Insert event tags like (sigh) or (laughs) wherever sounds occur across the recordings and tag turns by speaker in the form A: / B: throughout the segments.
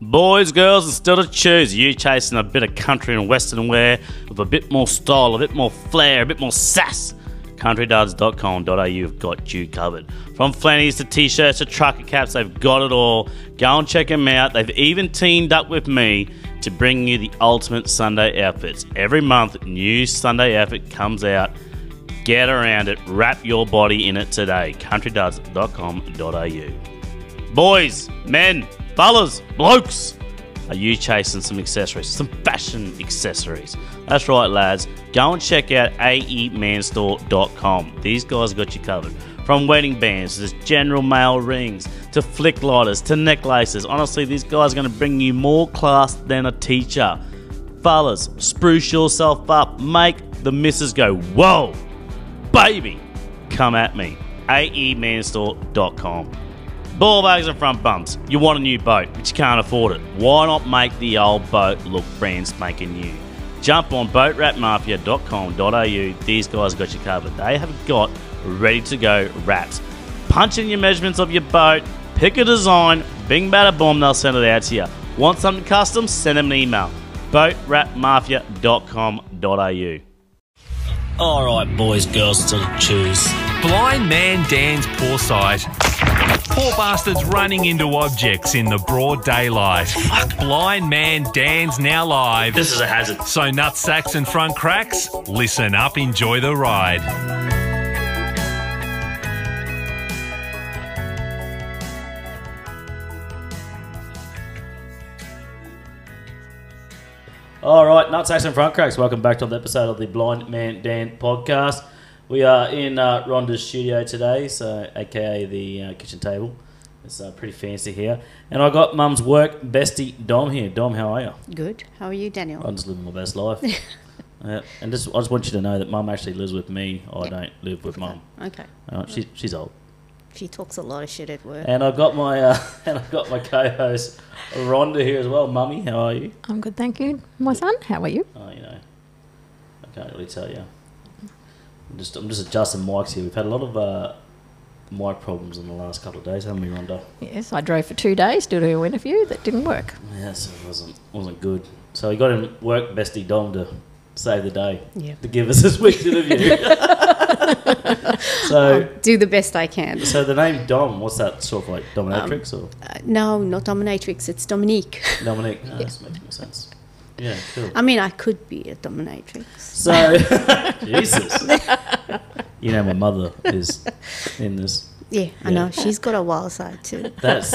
A: Boys, girls, and still to choose. You chasing a bit of country and western wear with a bit more style, a bit more flair, a bit more sass. CountryDuds.com.au have got you covered. From flannies to t-shirts to trucker caps, they've got it all. Go and check them out. They've even teamed up with me to bring you the ultimate Sunday outfits. Every month, new Sunday outfit comes out. Get around it. Wrap your body in it today. CountryDuds.com.au. Boys, men, fellas, blokes, are you chasing some accessories? Some fashion accessories. That's right, lads. Go and check out E aemanstore.com. These guys got you covered. From wedding bands to general mail rings to flick lighters to necklaces. Honestly, these guys are going to bring you more class than a teacher. Fellas, spruce yourself up. Make the missus go, whoa, baby, come at me. E aemanstore.com. Ball bags and front bumps. You want a new boat, but you can't afford it. Why not make the old boat look brand spanking new? Jump on boatwrapmafia.com.au. These guys got you covered. They have got ready to go wraps. Punch in your measurements of your boat, pick a design, bing bada boom, they'll send it out to you. Want something custom? Send them an email. boatwrapmafia.com.au. All right, boys, girls, to choose.
B: Blind man Dan's poor sight. Poor bastards running into objects in the broad daylight. Fuck. Blind man Dan's now live.
A: This is a hazard.
B: So nutsacks and front cracks, listen up, enjoy the ride.
A: All right, nutsacks and front cracks. Welcome back to another episode of the Blind Man Dan podcast. We are in uh, Rhonda's studio today, so aka the uh, kitchen table. It's uh, pretty fancy here, and I got Mum's work bestie Dom here. Dom, how are you?
C: Good. How are you, Daniel?
A: I'm just living my best life. Uh, and just, I just want you to know that Mum actually lives with me. I don't live with Mum.
C: Okay.
A: All right, she, she's old.
C: She talks a lot of shit at work.
A: And I've got my uh, (laughs) and I've got my co-host Rhonda here as well. Mummy, how are you?
D: I'm good, thank you. My son, how are you?
A: Oh, you know, I can't really tell you. I'm just I'm just adjusting mics here. We've had a lot of uh, mic problems in the last couple of days, haven't we, Rhonda?
D: Yes, I drove for two days to do an interview that didn't work.
A: Yes, it wasn't wasn't good. So we got in work bestie Dom to save the day
C: Yeah.
A: to give us this week's interview. so
C: I'll do the best I can.
A: so the name Dom, what's that sort of like dominatrix or
C: Uh, no, not dominatrix. It's Dominique. (laughs)
A: Dominic? Oh, That's making sense. Yeah, cool.
C: I mean, I could be a dominatrix.
A: So, Jesus. You know, my mother is in this.
C: Yeah,
A: Yeah.
C: I know. She's got a wild
A: (laughs)
C: side too.
A: That's.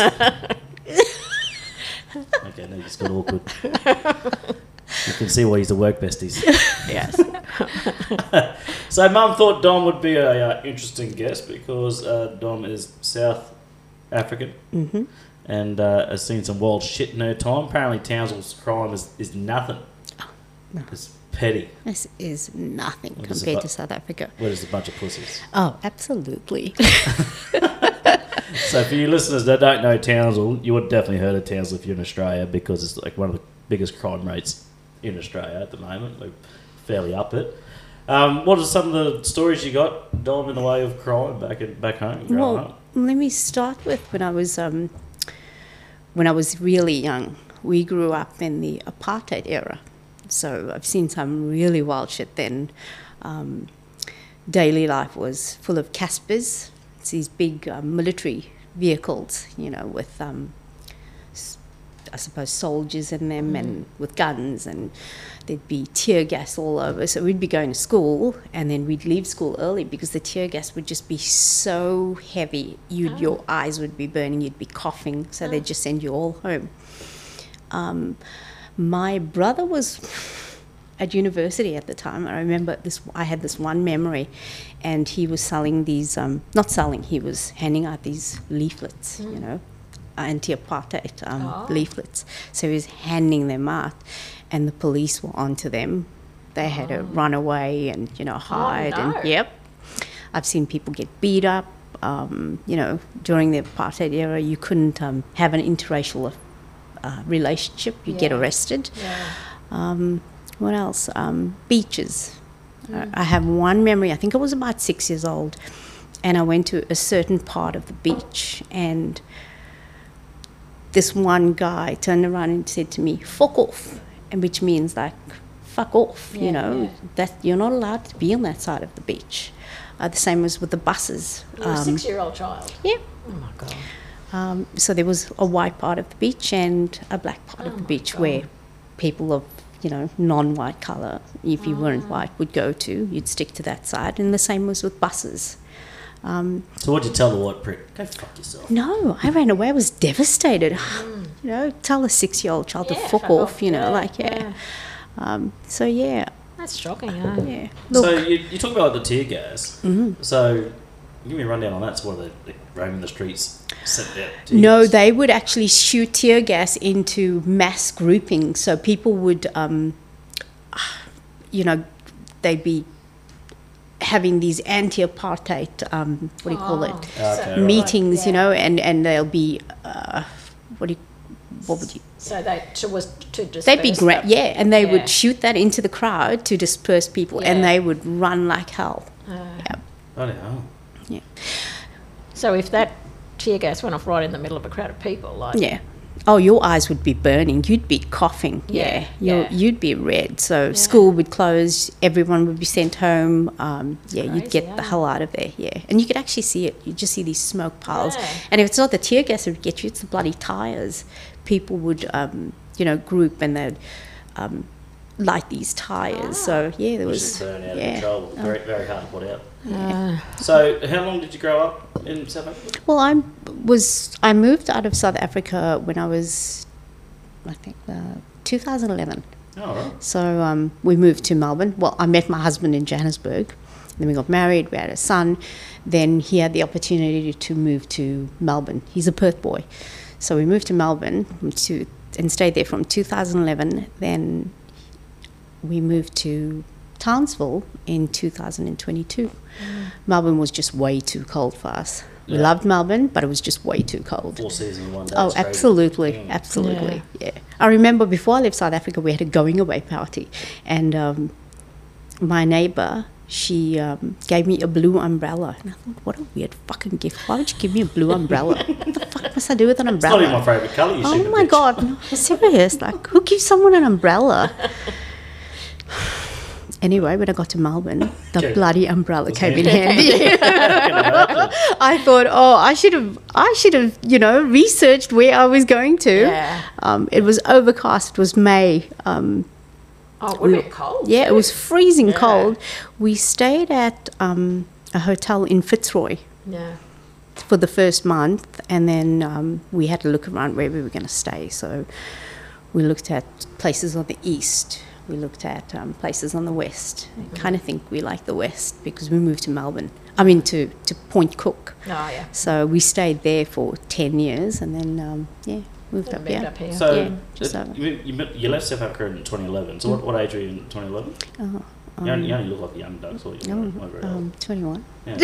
A: Okay, now it's got awkward. You can see why he's the work besties.
D: Yes.
A: So, Mum thought Dom would be a uh, interesting guest because uh, Dom is South African
C: hmm
A: and uh, has seen some wild shit in her time. Apparently, Townsville's crime is, is nothing.
C: No.
A: It's petty.
C: This is nothing
A: What is it
C: compared
A: like?
C: to South Africa.
A: We're just a bunch of pussies.
C: Oh, absolutely.
A: So for you listeners that don't know Townsville, you would definitely heard of Townsville if you're in Australia because it's like one of the biggest crime rates in Australia at the moment. We're fairly up it. Um, what are some of the stories you got, Dom, in the way of crime back in, back home? Growing
C: well,
A: up?
C: let me start with when I was um, when I was really young. We grew up in the apartheid era, so I've seen some really wild shit then. Um, daily life was full of Caspers. It's these big um, military vehicles, you know, with um, s- I suppose soldiers in them and with guns, and there'd be tear gas all over. So we'd be going to school, and then we'd leave school early because the tear gas would just be so heavy. You'd, Your eyes would be burning, you'd be coughing, so they'd just send you all home. Um, my brother was at university at the time. I remember this. I had this one memory, and he was selling these. Um, not selling. He was handing out these leaflets. You know, anti-apartheid um, leaflets. So he was handing them out, and the police were onto them. They had to run away and you know hide.
D: no.
C: And yep, I've seen people get beat up. Um, you know, during the apartheid era, you couldn't um, have an interracial uh, relationship. You get
D: Yeah.
C: arrested.
D: Yeah.
C: Um, what else? Um, beaches. I I have one memory. I think I was about six years old, and I went to a certain part of the beach, and this one guy turned around and said to me, "Fuck off," and which means like, "Fuck off," you know, that you're not allowed to be on that side of the beach. Uh, the same as with the buses. Um,
D: six-year-old child.
C: yeah.
D: Oh my god.
C: Um, so there was a white part of the beach and a black part of the beach where people of you know non-white color, if you weren't white, would go to. You'd stick to that side, and the same was with buses.
A: So what'd you tell the white prick? Go fuck yourself.
C: No, I ran away. I was devastated. (sighs) you know, tell a six-year-old child to
D: Yeah,
C: Mm. fuck
D: fuck
C: off.
D: off,
C: You know,
D: yeah,
C: like yeah.
D: yeah.
C: Um, so yeah,
D: That's shocking, huh?
C: yeah. Look,
A: So you, you talk about the tear gas. Mm-hmm. So give me a rundown on that. So what are they, they roaming the streets, setting out tear
C: No,
A: gas?
C: they would actually shoot tear gas into mass groupings. So people would, um, (sighs) you know, they'd be having these anti-apartheid, um, what do you call it,
A: Okay, right.
C: meetings, you know, and and they'll be, uh, what do you, what would you?
D: So they to was to just
C: They'd be great, yeah, and they
D: Yeah.
C: would shoot that into the crowd to disperse people, and
D: Yeah.
C: they would run like hell.
D: Uh,
C: yeah.
A: Bloody hell.
D: So if that tear gas went off right in the middle of a crowd of people, like
C: Yeah. Oh, your eyes would be burning. You'd be coughing. Yeah.
D: Yeah,
C: You're-
D: yeah.
C: You'd be red. So school would close. Everyone would be sent home. Um, yeah, you'd
D: crazy,
C: get the
D: eh?
C: hell out of there. Yeah. And you could actually see it. You would just see these smoke piles.
D: Yeah.
C: And if it's not the tear gas that would get you, it's the bloody tires. People would, um, you know, group and they'd um, light these tires. So
D: Ah.
C: yeah, there
A: Which
C: was.
A: is burn out of
C: yeah. Oh.
A: control. Very, very hard to put out.
D: uh,
A: So how long did you grow up in South Africa?
C: Well, I was I moved out of South Africa when I was, I think, uh, 2011.
A: Oh, right.
C: So um, we moved to Melbourne. Well, I met my husband in Johannesburg. Then we got married, we had a son. Then he had the opportunity to move to Melbourne. He's a Perth boy. So we moved to Melbourne from two, and stayed there from 2011. Then we moved to Townsville in 2022. Melbourne was just way too cold for us. We
A: Yeah.
C: loved Melbourne, but it was just way too cold.
A: Four seasons in one day.
C: Oh,
A: it's crazy.
C: absolutely, absolutely. Yeah. I remember before I left South Africa, we had a going away party, and um, my neighbour she um, gave me a blue umbrella, and I thought, what a weird fucking gift. Why would you give me a blue umbrella? what the fuck must I do with an
A: It's not
C: umbrella?
A: even my favourite colour. You
C: oh
A: shouldn't
C: my
A: bitch.
C: god, no, I'm serious. Like, who gives someone an umbrella? (sighs) Anyway, when I got to Melbourne, the
A: Okay.
C: bloody umbrella came in
A: handy.
C: (laughs) handy. I thought, oh, I should have, I should have, you know, researched where I was going to.
D: Yeah.
C: Um, it was overcast. It was May. Um,
D: oh, it would be cold.
C: yeah, it was freezing cold. We stayed at um, a hotel in Fitzroy
D: Yeah.
C: for the first month, and then um, we had to look around where we were going to stay. So we looked at places on the east. We looked at um, places on the west. I kind of think we like the west because we moved to Melbourne. I mean, to, to Point Cook.
D: Oh yeah.
C: So we stayed there for 10 years and then, um, yeah, moved up
D: Moved
C: here.
D: up here.
A: So
C: Yeah, just Mm.
A: uh,
C: over.
A: you, you met- you left South Africa in 2011. So what, what age were you in 2011?
C: Oh,
A: you, only, you only look like a young duck, so you're
C: No,
A: not very old.
C: um,
A: (laughs)
C: 21.
A: Yeah.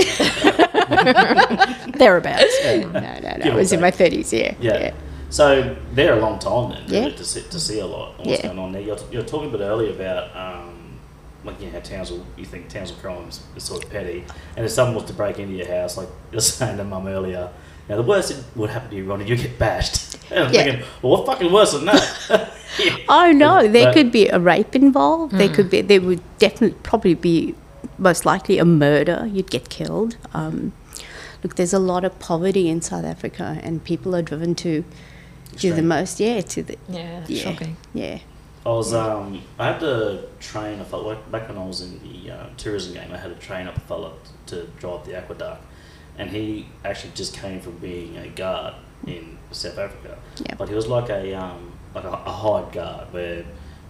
D: Thereabouts.
C: No,
A: (laughs)
C: (laughs) no, no.
A: Give
C: I
A: or
C: was in my 30s, yeah.
A: Yeah. So they're a long time then really,
C: Yeah.
A: to, see, to see a lot of what's
C: Yeah.
A: going on there. You're, you're talking a bit earlier about um, like you know how Townsville you think Townsville crimes is sort of petty, and if someone was to break into your house, like (laughs) you're saying to Mum earlier, now the worst that would happen to you, Ronnie, you get bashed. (laughs) And I'm
C: Yeah.
A: thinking, well, what fucking worse than that? (laughs) Yeah.
C: Oh no, there
A: But-
C: could be a rape involved.
D: Mm.
C: There could be. There would definitely probably be most likely a murder. You'd get killed. Um, look, there's a lot of poverty in South Africa, and people are driven to do the
A: Extreme.
C: most. Yeah, to the
D: Yeah, that's
C: yeah,
D: shocking.
C: yeah.
A: I was um, I had to train a fella back when I was in the uh, tourism game. I had to train up a fella t- to drive the aqueduct, and he actually just came from being a guard in South Africa.
C: Yeah.
A: But he was like a um, like a, a hired guard where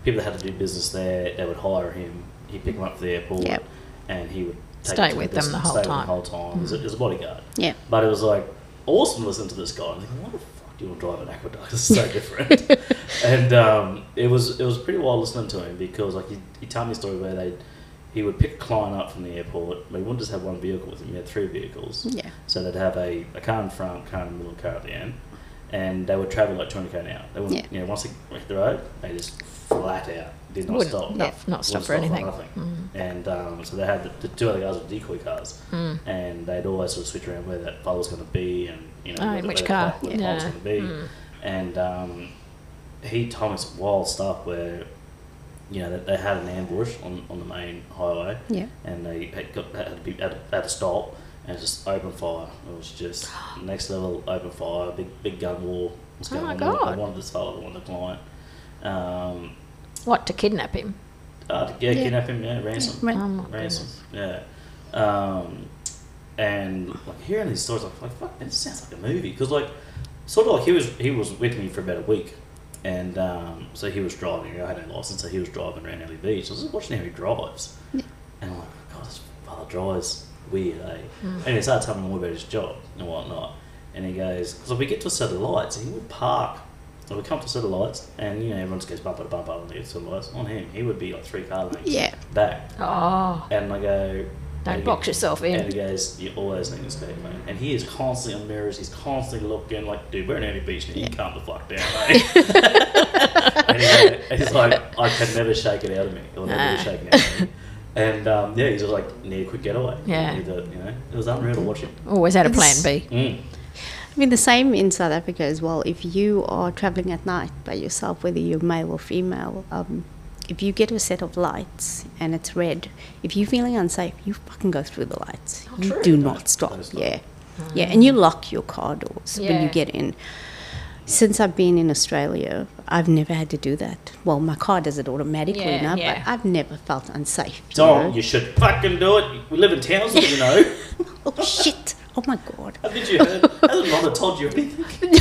A: people that had to do business there, they would hire him. He'd pick him up from the airport,
C: Yep.
A: and he would take
D: Stay
A: him to
D: with them
A: business-
D: the whole
A: stay with them
D: time.
A: the whole time. He was a- he was a bodyguard.
C: Yeah.
A: But it was like awesome listening to this guy. I'm thinking, what the fuck do you want to drive an aqueduct? It's so different. and um, it was it was pretty wild listening to him because like he, he told me a story where they he would pick a client up from the airport. They wouldn't just have one vehicle with him. He had three vehicles.
C: Yeah.
A: So they'd have a, a car in front, car in the middle, and car at the end. And they would travel like 20 k an hour. They wouldn't,
C: Yeah.
A: you know, once they hit the road, they just flat out did not
D: Wouldn't-
A: stop.
D: not- not
A: Wouldn't
D: stop for anything. Mm.
A: nothing. And um, so they had the, the two other guys with decoy cars, and they'd always sort of switch around where that fella was going to be, and you know
D: Oh,
A: where
D: in
A: the-
D: which
A: where
D: car,
A: The, pol- where the
D: yeah. Mm.
A: pole was going to be. and um, he told me some wild stuff where, you know, they, they had an ambush on, on the main highway,
C: Yeah.
A: and they had, got, had to be had to, had to stop and just open fire. It was
D: (gasps)
A: just next level open fire, big big gun war. was
D: Oh
A: going
D: my
A: on.
D: God.
A: They wanted this fellow, they wanted the client. Um,
D: What, to kidnap him?
A: uh, to get,
C: Yeah.
A: kidnap him, yeah, ransom
C: Right.
D: Oh, my
A: ransom.
D: goodness.
A: Yeah. Um, and like hearing these stories, I'm like, fuck, man, this sounds like a movie. Because like, sort of like he was he was with me for about a week, and um, so he was driving. You know, I had no license, so he was driving around Ellie Beach. I was just watching how he drives, and I'm like, God, this father drives weird, eh? And he started telling me more about his job and whatnot. And he goes, because we get to a set of lights, he would park. So we come to a set of lights, and you know everyone just goes bumper to bumper on the set of lights. On him, he would be like three car lengths
C: Yeah.
A: back.
D: (laughs) Oh,
A: And I go,
D: don't
A: and
D: box
A: he-
D: yourself
A: And
D: in.
A: he goes, you always need to stay alone. And he is constantly on mirrors. He's constantly looking like, dude, we're in any beach now. You can't the fuck
D: (laughs)
A: down, mate. and, he go- and he's like, I can never shake it out of me. It'll never be
D: Nah.
A: shaken out of me. And um, yeah, he's just like, need a quick getaway.
D: Yeah.
A: Need to- you know, it was unreal to watch him.
D: Always had a plan
C: It's-
D: B.
A: Mm.
C: I mean, the same in South Africa as well. If you are traveling at night by yourself, whether you're male or female, um, if you get a set of lights and it's red, if you're feeling unsafe, you fucking go through the lights. you
D: Oh, true.
C: do not stop.
A: don't stop.
C: Yeah. Yeah. And you lock your car doors when you
D: Yeah.
C: get in. Since I've been in Australia, I've never had to do that. Well, my car does it automatically
D: Yeah,
C: now,
D: yeah.
C: but I've never felt unsafe. you
A: Tom,
C: know?
A: you should fucking do it. We live in Townsville, you
D: (laughs)
A: know.
C: Oh, shit. Oh, my God.
A: Haven't you heard? Hasn't Mother told you anything?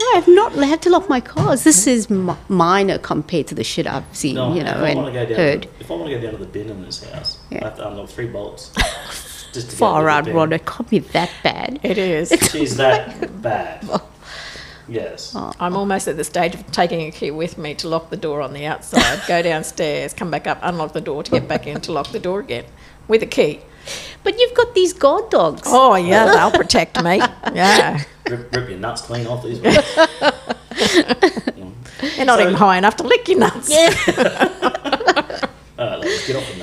C: I have not had to lock my cars. This is mi- minor compared to the shit I've seen,
A: No,
C: you know,
A: if I want
C: and
A: to go down,
C: heard.
A: To, if I want to go down to the bin in this house,
C: Yeah.
A: I have to unlock three
D: (laughs)
A: bolts. just to get rid
C: Far
A: of
C: out,
A: the bin.
C: Rod. It can't be that bad.
D: It is.
A: She's
C: (laughs)
A: that bad. Yes.
C: Oh.
D: I'm almost at the stage of taking a key with me to lock the door on the outside, (laughs) go downstairs, come back up, unlock the door to get back in to lock the door again with a key.
C: But you've got these guard dogs.
D: Oh, (laughs) yeah, they'll protect me. Yeah.
A: Rip, rip your nuts clean off
C: (laughs)
A: these ones. Mm.
D: They're not
A: So-
D: even high enough to lick your nuts.
C: Yeah.
A: All right, let's get off the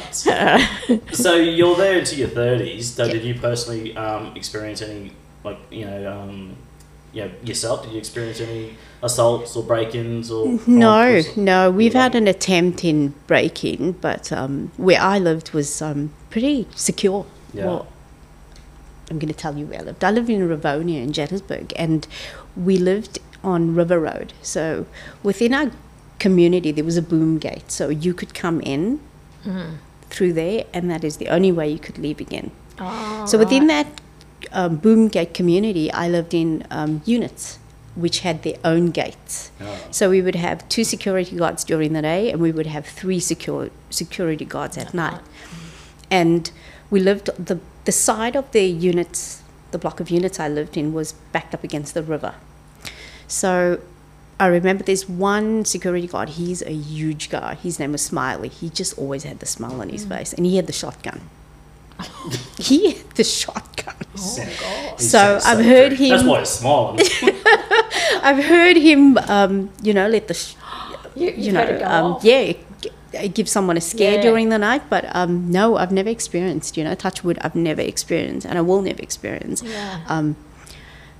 A: nuts.
C: (laughs)
A: so you're there into your 30s. So did you personally um, experience any, like, you know, um, you know, yourself? Did you experience any assaults or break-ins or?
C: Mm-hmm. No,
A: or-
C: no. We've
A: Yeah.
C: had an attempt in breaking, but um, where I lived was um, pretty secure.
A: Yeah.
C: Well, I'm going to tell you where I lived. I lived in Rivonia in Johannesburg, and we lived on River Road. So within our community, there was a boom gate, so you could come in through there, and that is the only way you could leave again.
D: Oh,
C: So within that um, boom gate community, I lived in um, units which had their own gates.
A: Oh.
C: So we would have two security guards during the day, and we would have three secure, security guards at night. And we lived the the side of the units, the block of units I lived in was backed up against the river. So I remember there's one security guard. He's a huge guy. His name was Smiley. He just always had the smile on his face, and he had the shotgun. (laughs) he had the shotgun. (laughs)
A: He's
C: Oh,
A: so
C: So I've heard
A: dirty. That's
C: him.
A: why he's
C: (laughs)
A: smiling.
C: I've heard him. Um, you know, let the sh-
D: You,
C: you know, um, yeah, g- uh, give someone a scare
D: Yeah.
C: during the night. But um, no, I've never experienced. You know, touch wood. I've never experienced, and I will never experience
D: Yeah.
C: um,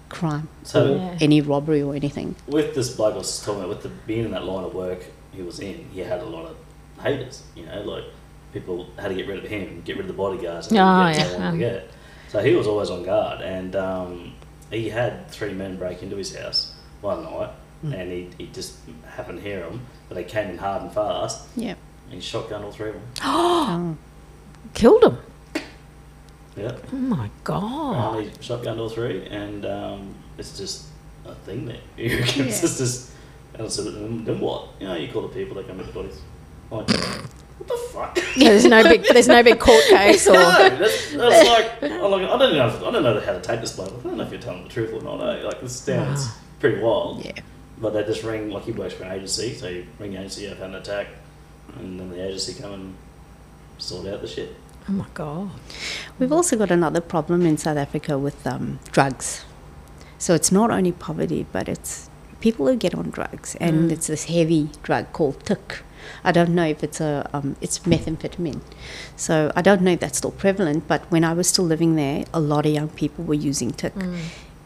C: crime,
A: So
D: Yeah.
C: any robbery or anything.
A: with this bloke I was just talking about, with the being in that line of work he was in, he had a lot of haters. You know, like people had to get rid of him, get rid of the bodyguards. And
D: Oh,
A: get
D: yeah,
A: someone to
D: um.
A: get. So he was always on guard, and um, he had three men break into his house one night,
D: Hmm.
A: and he, he just happened to hear them, but they came in hard and fast,
D: (gasps)
C: Yeah.
A: and he shotgunned all three of them.
C: Oh.
D: Killed him.
A: Yeah,
D: Oh, my God.
A: and he shotgunned all three, and um, it's just a thing (laughs) that he reckons it's just. And so then, then what? You know, you call the people, they come with the bodies. Like, what the fuck? (laughs)
D: Yeah, there's no big, there's no big court case (laughs) or.
A: No, that's, that's like, I'm like, I don't know, if, I don't know how to take this bloke. I don't know if you're telling the truth or not. Eh? Like this sounds pretty wild.
C: Yeah.
A: But they just ring like he works for an agency, so you ring the agency, I've had an attack, and then the agency come and sort out the shit.
D: Oh, my God.
C: We've also got another problem in South Africa with um, drugs. So it's not only poverty, but it's people who get on drugs,
D: Mm.
C: and it's this heavy drug called tuk. I don't know if it's a um, it's methamphetamine, so
D: Mm.
C: I don't know if that's still prevalent. But when I was still living there, a lot of young people were using tuk,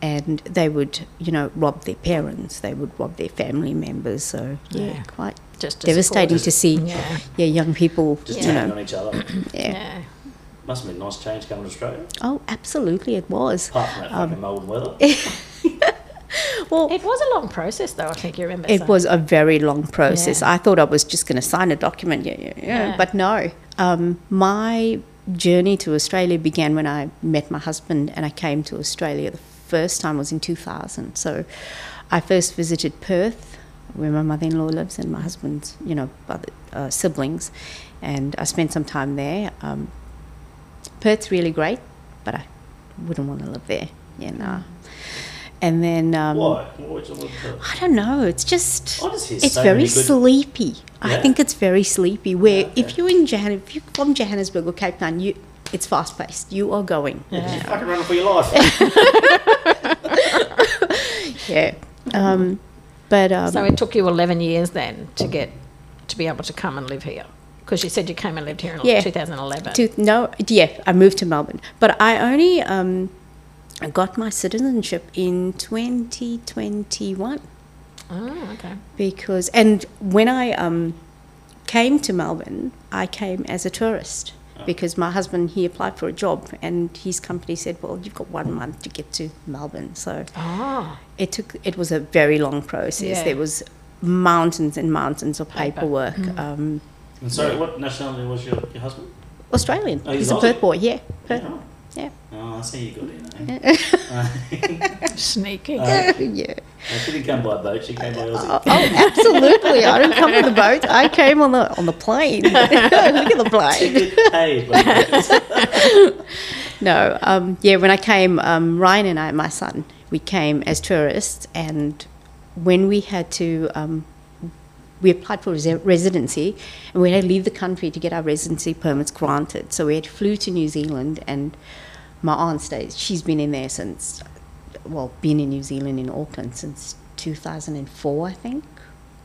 C: and they would, you know, rob their parents, they would rob their family members. So yeah,
D: Yeah.
C: quite
D: Just
C: devastating to see.
D: Yeah.
C: yeah, young people,
A: Just
C: you
A: yeah.
C: know.
A: on each other. (coughs)
C: Yeah.
D: Yeah.
A: Must have been a nice change coming to Australia.
C: Oh, absolutely, it was.
A: Apart from that fucking Melbourne weather.
C: Well,
D: It was a long process, though. I think you remember.
C: it
D: saying.
C: was a very long process.
D: Yeah.
C: I thought I was just going to sign a document, yeah, yeah, yeah,
D: Yeah.
C: but no. Um, my journey to Australia began when I met my husband and I came to Australia. The first time was in 2000. So I first visited Perth, where my mother in law lives, and my husband's, you know, brother, uh, siblings. And I spent some time there. Um, Perth's really great, but I wouldn't want to live there. Yeah, nah. And then. Um,
A: Why? What would you look for?
C: I don't know. It's just
A: I just hear
C: it's
A: so
C: very
A: many good-
C: sleepy. I
A: Yeah.
C: think it's very sleepy. Where
A: Yeah,
C: if
A: yeah.
C: you're in Johann- if you're from Johannesburg or Cape Town, you it's fast paced. You are going.
A: You
D: Yeah.
A: fucking running for your
C: (laughs)
A: life.
C: Yeah. Um, but um,
D: So it took you 11 years then to get to be able to come and live here because you said you came and lived here in
C: Yeah.
D: 2011.
C: to, no, yeah, I moved to Melbourne, but I only um, got my citizenship in 2021.
D: Oh, okay.
C: because and when I um, came to Melbourne, I came as a tourist because my husband he applied for a job and his company said, "Well, you've got one month to get to Melbourne." So
D: Ah,
C: it took it was a very long process.
D: Yeah.
C: There was mountains and mountains of
D: Paper. Mm.
C: paperwork. Um,
A: and sorry, what nationality was your, your husband?
C: Australian,
A: Oh, he's
C: he's, a
A: Aussie?
C: Perth boy, yeah, Perth,
A: Oh,
C: yeah,
A: oh I see you got in. (laughs) Eh?
C: (laughs)
D: sneaky.
C: yeah.
A: No, she didn't come by boat, she came by Aussie.
C: Oh, absolutely! I didn't come on the boat. I came on the on the plane. (laughs) Look at the plane.
A: Ticket paid.
C: (laughs) No, um, yeah, when I came, um, Ryan and I, my son, we came as tourists, and when we had to, um, we applied for resi- residency, and we had to leave the country to get our residency permits granted. So we had flew to New Zealand, and my aunt stays. She's been in there since, well, been in New Zealand in Auckland since 2004, I think,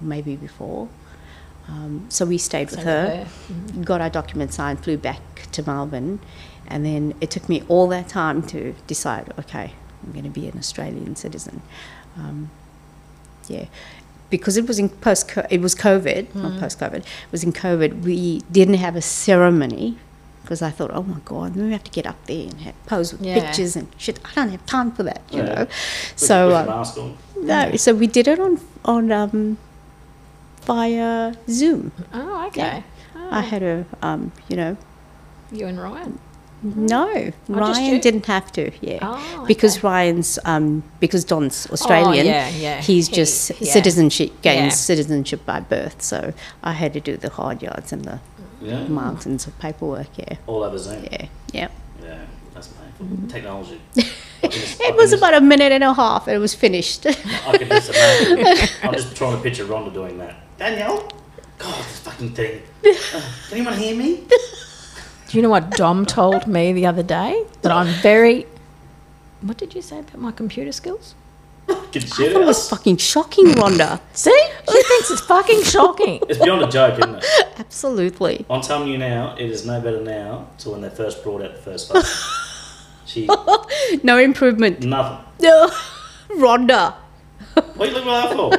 C: maybe before. Um, so we stayed with
D: So
C: her
D: her.
C: got our documents signed, flew back to Melbourne, and then it took me all that time to decide. Okay, I'm going to be an Australian citizen. Um, yeah, because it was in post, it was COVID,
D: Mm-hmm.
C: not post COVID. It was in COVID. We didn't have a ceremony because I thought, oh my god, we have to get up there and have, pose with
D: Yeah.
C: pictures and shit. I don't have time for that, you
A: Yeah.
C: know. So.
A: With
C: uh,
A: your mask on.
C: no, so we did it on on um, via Zoom.
D: Oh, okay.
C: Yeah. I had a, um, you know,
D: You and Ryan.
C: no, Ryan
D: you?
C: didn't have to. Yeah,
D: Oh,
C: because
D: okay.
C: Ryan's um, because Don's Australian.
D: yeah, yeah.
C: He's
D: He-
C: just
D: yeah.
C: citizenship gains
D: Yeah.
C: citizenship by birth. So I had to do the hard yards and the
A: Yeah.
C: mountains of paperwork. Yeah,
A: All over Zoom. Yeah.
C: Mm. yeah, yeah.
A: that's painful.
C: (laughs)
A: Technology.
C: It was about a minute and a half, and it was finished. (laughs)
A: I can just imagine. I'm just trying to picture Rhonda doing that. Danielle? God, this fucking
C: (laughs)
A: thing. Uh, can anyone hear me?
D: Do you know what
C: (laughs)
D: Dom told me the other day? That I'm very. What did you say about my computer skills?
A: Fucking
C: I
A: shit.
C: thought it (laughs) was fucking shocking, Rhonda.
D: See, she thinks it's
C: (laughs)
D: fucking shocking.
A: It's beyond a joke, isn't it?
C: Absolutely.
A: I'm telling you now, it is no better now to when they first brought out the
D: (laughs)
A: first phone. she,
C: No improvement.
A: nothing.
C: No, Rhonda.
A: What are you looking at that for?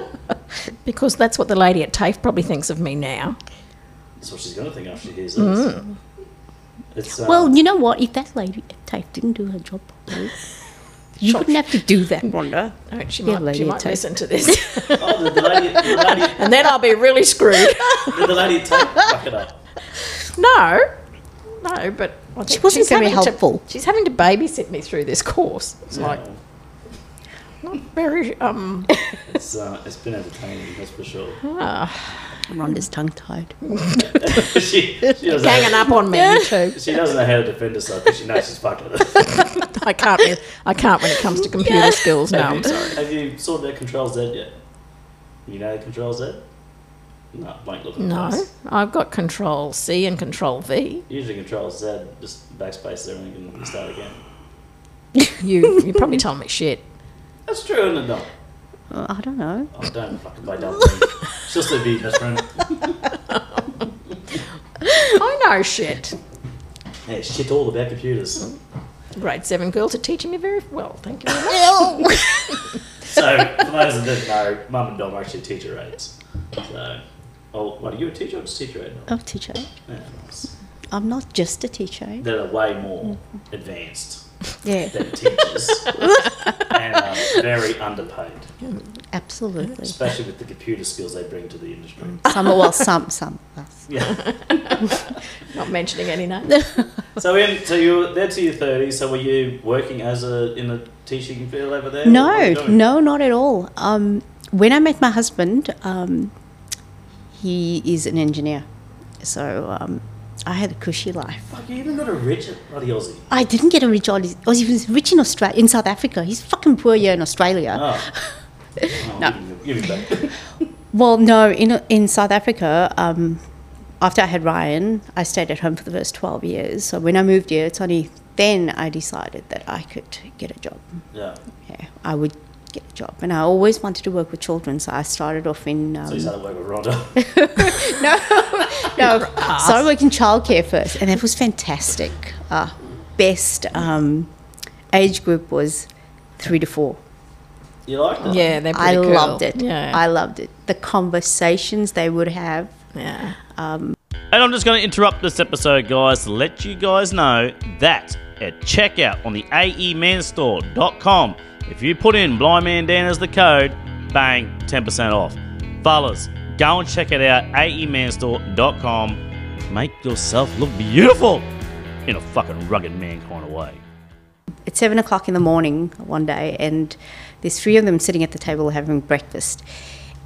D: Because that's what the lady at TAFE probably thinks of me now.
A: That's what she's going to think after she hears this.
D: Mm.
A: It's, um,
C: Well, you know what? If that lady at TAFE didn't do her job properly, you (laughs) wouldn't have to do that, Rhonda.
D: Oh, she
C: Yeah,
D: might,
C: lady
D: she
C: at
D: might
C: TAFE. (laughs)
D: listen to this.
A: oh, did the lady, did the lady,
D: and then I'll be really
C: (laughs)
D: screwed.
A: did the lady
D: (laughs)
A: take fuck it up?
D: No, no, but I think
C: wasn't
D: she's
C: very
D: having to-
C: helpful.
D: she's having to babysit me through this course. It's like
A: No.
D: not very. Um,
A: It's, uh, it's been entertaining, that's for sure. (laughs)
D: ah,
C: Rhonda's tongue tied.
A: she, she, doesn't
D: ganging
A: know,
D: up on me you two.
A: she doesn't know how to defend herself because she knows she's fucked it up.
D: I can't. When, I can't when it comes to computer skills. No, I'm
A: have,
D: (laughs) sorry.
A: you, have you sorted out Control Z yet? You know Control Z? No, blank look at the
D: No,
A: face.
D: I've got Control C and
C: (laughs)
D: Control V.
A: Usually Control Z just backspaces everything and start again.
D: You you probably told me shit.
A: That's true, isn't it? No.
C: Uh, I don't know.
A: Oh, don't fucking play dumb things. Just a be best friend.
D: I know shit.
A: Yeah, shit all about computers.
D: grade seven girl to teach me very well. Thank you very much.
A: So, for those that didn't know, Mum and Dom are actually teacher aides. So, oh, what, are you a teacher or just teacher aide?
C: Oh, teacher.
A: Yeah, nice.
C: I'm not just a teacher.
A: They're way more advanced
C: Yeah,
A: than teachers and um, very underpaid,
C: absolutely.
A: especially with the computer skills they bring to the industry.
C: Some, well, some, some of us.
A: Yeah.
D: Not mentioning any names.
A: So, in, so you were there to your 30s, so were you working as a in a teaching field over there? What were
C: No,
A: you doing?
C: no, not at all. Um, when I met my husband, um, he is an engineer, so um, I had a cushy life.
A: Fuck, you even got a rich bloody Aussie.
C: I didn't get a rich Aussie. Aussie. He was rich in Australia, in South Africa. He's fucking poor here in
A: (laughs)
C: Australia.
A: Oh. Oh,
C: No.
A: Give me
E: (laughs)
A: back.
C: Well, no, in in South Africa, um, after I had Ryan, I stayed at home for the first twelve years. So when I moved here, it's only then I decided that I could get a job.
A: Yeah.
C: Yeah, I would get a job, and I always wanted to work with children. So I started off in um,
A: So you started working with Rhonda. (laughs)
D: (laughs)
C: no, started working childcare first, and that was fantastic. Uh, best um, age group was three to four.
A: You liked it?
D: yeah, they're
C: I
D: pretty cool.
C: loved it.
D: Yeah.
C: I loved it. The conversations they would have.
D: yeah.
E: And I'm just going to interrupt this episode, guys, to let you guys know that at checkout on the E aemanstore.com, if you put in Blind Man Dan as the code, bang, 10% off. Fellas, go and check it out, E aemanstore.com. Make yourself look beautiful in a fucking rugged man kind of way.
C: It's seven o'clock in the morning one day, and there's three of them sitting at the table having breakfast,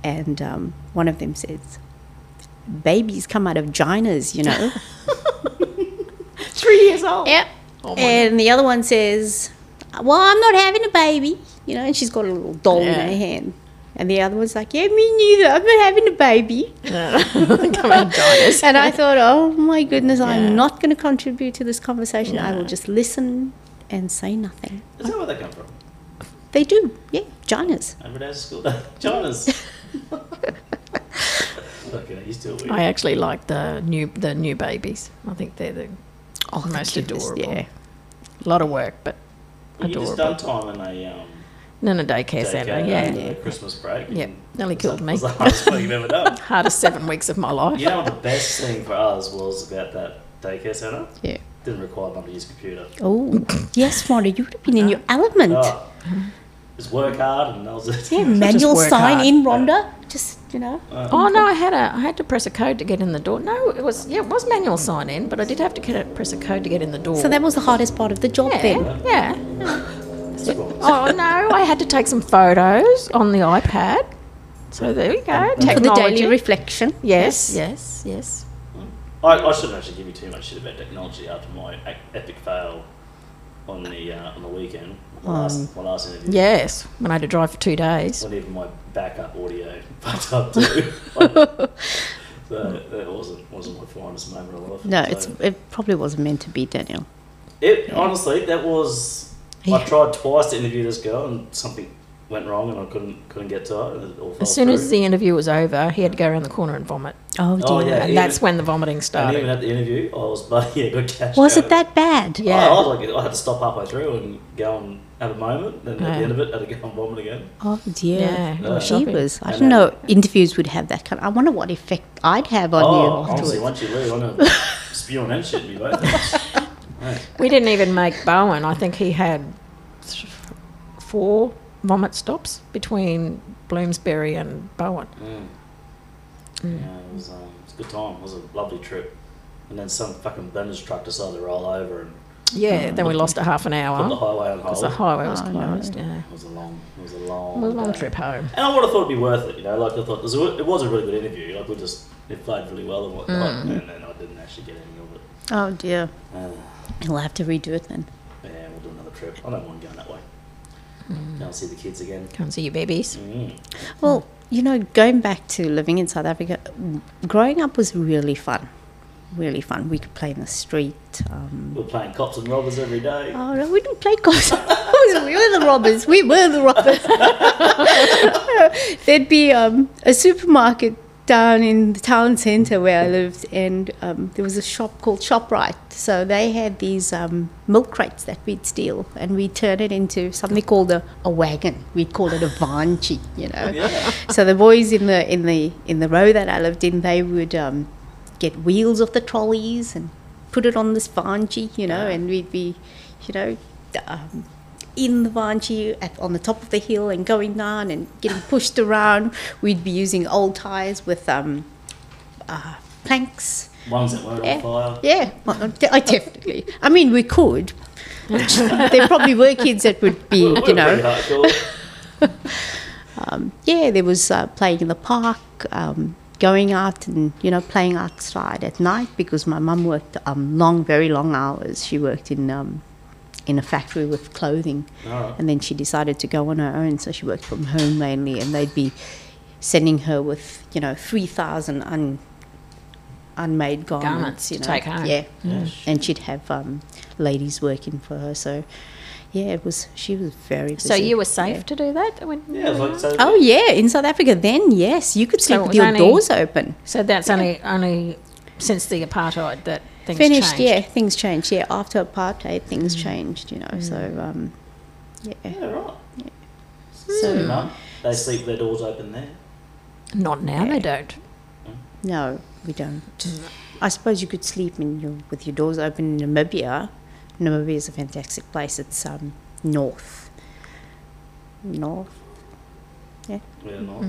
C: and um, one of them says, "Babies come out of ginas, you know."
D: Three years old.
C: Yep. and the other one says, Well, I'm not having a baby. You know, and she's got a little doll in
D: Yeah.
C: her hand. And the other one's like, Yeah, me neither. I'm not having a baby.
D: (laughs) Come on, Jonas.
C: And I thought, Oh my goodness,
D: Yeah.
C: I'm not going to contribute to this conversation. I will just listen and say nothing.
A: Is that where they come from?
C: They do. Yeah, Ginas.
A: Every day's a school (laughs) day.
D: (laughs)
A: (laughs) Jonas. Look at it, he's still weird.
D: I actually like the new the new babies. I think they're the
C: Oh, the
D: most
C: cutest,
D: adorable.
C: Yeah.
D: A lot of work, but
A: you just
D: adorable.
A: done time in a um,
D: No, no, daycare centre.
A: daycare
D: Yeah.
A: over the Christmas break.
D: Yep.
A: and
D: Nearly
A: it's
D: killed
A: the-
D: me. (laughs)
A: It's the hardest thing you've ever done.
D: Hardest seven weeks of my life.
A: You know what the best thing for us was about that daycare centre?
C: Yeah.
A: Didn't require mum to use a computer.
C: Oh, yes, Rhonda, you would have been in your element.
A: Oh, just work hard and that was it. (laughs)
C: Yeah, manual
D: work
C: sign
D: hard.
C: in, Rhonda. Just, you know.
D: Oh no, I had a I had to press a code to get in the door. No, it was yeah, it was manual sign in, but I did have to get a, press a code to get in the door.
C: So that was the
A: Oh.
C: hardest part of the job
D: yeah,
C: then.
D: yeah.
A: That's wrong.
D: Oh no, I had to take some photos on the iPad. So there you go.
C: For the
D: Technology.
C: daily reflection.
D: yes, yes, yes.
A: I, I shouldn't actually give you too much shit about technology after my e- epic fail on the uh, on the weekend. My last, my last interview.
D: Yes, when I had to drive for two days.
A: not even my backup audio (laughs) fucked up too. so that wasn't wasn't my finest moment of life.
C: No,
A: So
C: it's it probably wasn't meant to be Daniel.
A: it. Honestly, that was. I
D: Yeah.
A: tried twice to interview this girl, and something went wrong, and I couldn't couldn't get to her. And it all fell
D: As soon as
A: through.
D: the interview was over, he had to go around the corner and vomit,
C: Oh dear.
A: Oh, yeah.
D: and that's when the vomiting
A: and even
D: started.
A: at the interview, I was (laughs) bloody yeah, Oh. good cash.
C: Was it that bad?
A: Yeah,
D: Yeah.
A: I, was like, I had to stop halfway through and go and have a moment, and at the
D: Yeah.
A: end of it, I had to go and vomit again.
C: Oh dear.
D: Yeah, it was
C: She
D: shocking.
C: was. I
A: I
C: don't
A: know.
C: know. Interviews would have that kind. I wonder what effect I'd have on
A: Oh,
C: you afterwards.
A: honestly, once you leave, I'm
D: (laughs)
A: gonna spew on that shit, you both. Right.
D: We didn't even make Bowen. I think he had th- four vomit stops between Bloomsbury and Bowen.
A: Yeah, it was, um, it was a good time. It was a lovely trip. And then some fucking benders truck decided to roll over and
D: Yeah, then we lost a half an
A: put Oh. the
D: hour
A: highway Oh, on
D: because
A: hold.
D: the highway was
C: Oh, no.
D: closed. Yeah,
A: it was a long, it was a
D: it
A: long,
D: was a long
A: day.
D: trip home.
A: And I would have thought it'd be worth it, you know. Like I thought, it was a, it was a really good interview. Like we just, it played really well and whatnot.
C: Hmm.
A: And then I didn't actually get any of it.
C: Oh dear.
A: Uh,
C: You'll have to redo it then.
A: yeah, we'll do another trip. I don't mind going that way.
C: Hmm.
A: Now I'll see the kids again. Mm.
D: Can't see you babies.
C: Well, you know, going back to living in South Africa, w- growing up was really fun. Really fun. We could play in the street. Um,
A: We're playing cops and robbers every day.
C: oh no, we didn't play golf. (laughs) we were the robbers. We were the robbers. There'd be um, a supermarket down in the town centre where I lived, and um, there was a shop called Shoprite. So they had these um, milk crates that we'd steal, and we'd turn it into something called a, a wagon. We'd call it a vanchi, you know. So the boys in the in the in the row that I lived in, they would um, get wheels off the trolleys and put it on this vanchi, you know, and we'd be, you know. Um, in the Vanchi at on the top of the hill and going down and getting pushed around. We'd be using old tires with um, uh, planks.
A: Ones that weren't on fire.
C: Yeah, well, de- I definitely. I mean, we could. there probably were kids that would be,
A: We're
C: you
A: pretty
C: know. Um,
A: hardcore.
C: (laughs) Yeah, there was uh, playing in the park, um, going out and, you know, playing outside at night because my mum worked um, long, very long hours. She worked in, um, in a factory with clothing.
A: Alright.
C: And then she decided to go on her own, so she worked from home mainly, and they'd be sending her with, you know, 3,000 un, unmade garments.
D: Garments
C: you
D: to
C: know.
D: take home.
C: Yeah. And she'd have um, ladies working for her, so yeah, it was, she was very busy.
D: So you were
C: Yeah.
D: safe to do that? When
A: Yeah, it was like so.
C: Oh yeah, in South Africa then, yes, you could
D: So
C: sleep
D: it
C: with
D: was
C: your
D: only-
C: doors open.
D: So that's only only since the apartheid that things
C: Finished,
D: changed. Mm.
C: yeah, things changed. Yeah, after apartheid, things changed, you know, so um, yeah.
A: Yeah, right.
C: So
A: No, they sleep their doors open there.
D: Not now they don't.
C: No, we don't. I suppose you could sleep in your, with your doors open in Namibia. Namibia is a fantastic place. It's um, north, north
A: We're not.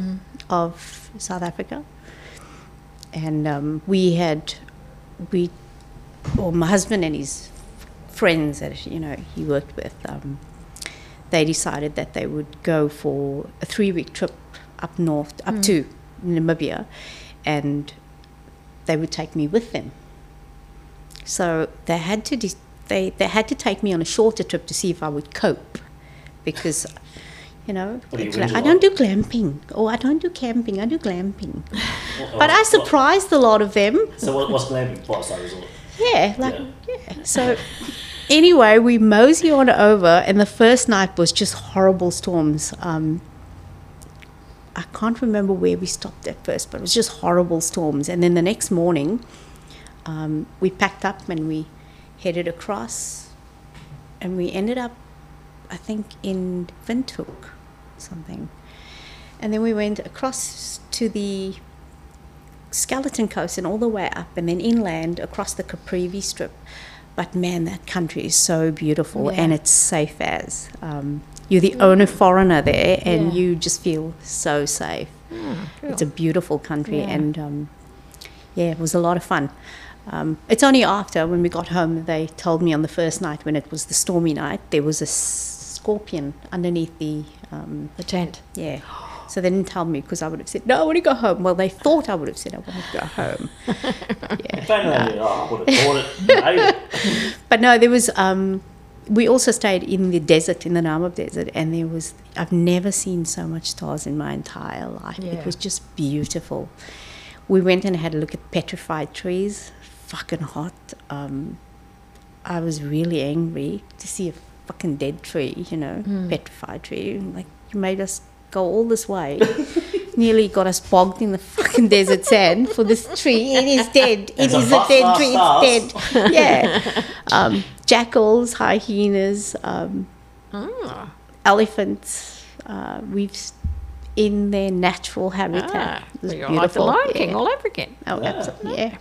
C: of South Africa, and um, we had we, or my husband and his friends that you know he worked with, um, they decided that they would go for a three-week trip up north, up to Namibia, and they would take me with them. So they had to de- they they had to take me on a shorter trip to see if I would cope, because. You know,
A: What do you
C: it's like,
A: whinge
C: I
A: about?
C: don't do glamping. Oh, I don't do camping. I do glamping.
A: What-
C: But I
A: what-
C: surprised a lot of them.
A: So what, what's glamping? Five-star resort.
C: Yeah, like yeah. So anyway, we mosey on over, and the first night was just horrible storms. Um, I can't remember where we stopped at first, but it was just horrible storms. And then the next morning, um, we packed up and we headed across, and we ended up, I think, in Windhoek, something. And then we went across to the skeleton coast and all the way up and then inland across the Caprivi Strip. But man, that country is so beautiful and it's safe as. Um, you're the only foreigner there and
D: Yeah.
C: you just feel so safe. It's a beautiful country
D: Yeah.
C: and um, yeah, it was a lot of fun. Um, it's only after when we got home that they told me on the first night when it was the stormy night there was a s- scorpion underneath the um,
D: The tent.
C: yeah. So they didn't tell me because I would have said, no, I want to go home. Well, they thought I would have said, I want to go home.
A: Don't know. yeah, oh, I would have bought it. made it.
C: (laughs) But no, there was, um, we also stayed in the desert, in the Namib Desert, and there was, I've never seen so much stars in my entire life.
D: Yeah.
C: It was just beautiful. We went and had a look at petrified trees, fucking hot. Um, I was really angry to see a fucking dead tree, you know,
D: Hmm.
C: petrified tree. Like, you made us go all this way. (laughs) Nearly got us bogged in the fucking desert sand for this tree. It is dead. It
A: It's a
C: is a
A: fast,
C: dead
A: fast,
C: tree. It's dead. Yeah. Um, jackals, hyenas, um,
D: Ah.
C: elephants. Uh, we've s- in their natural habitat.
D: Ah,
C: It was
D: you're like the
C: beautiful.
D: Lion King
C: yeah.
D: all over again.
C: Oh, absolutely. Yeah.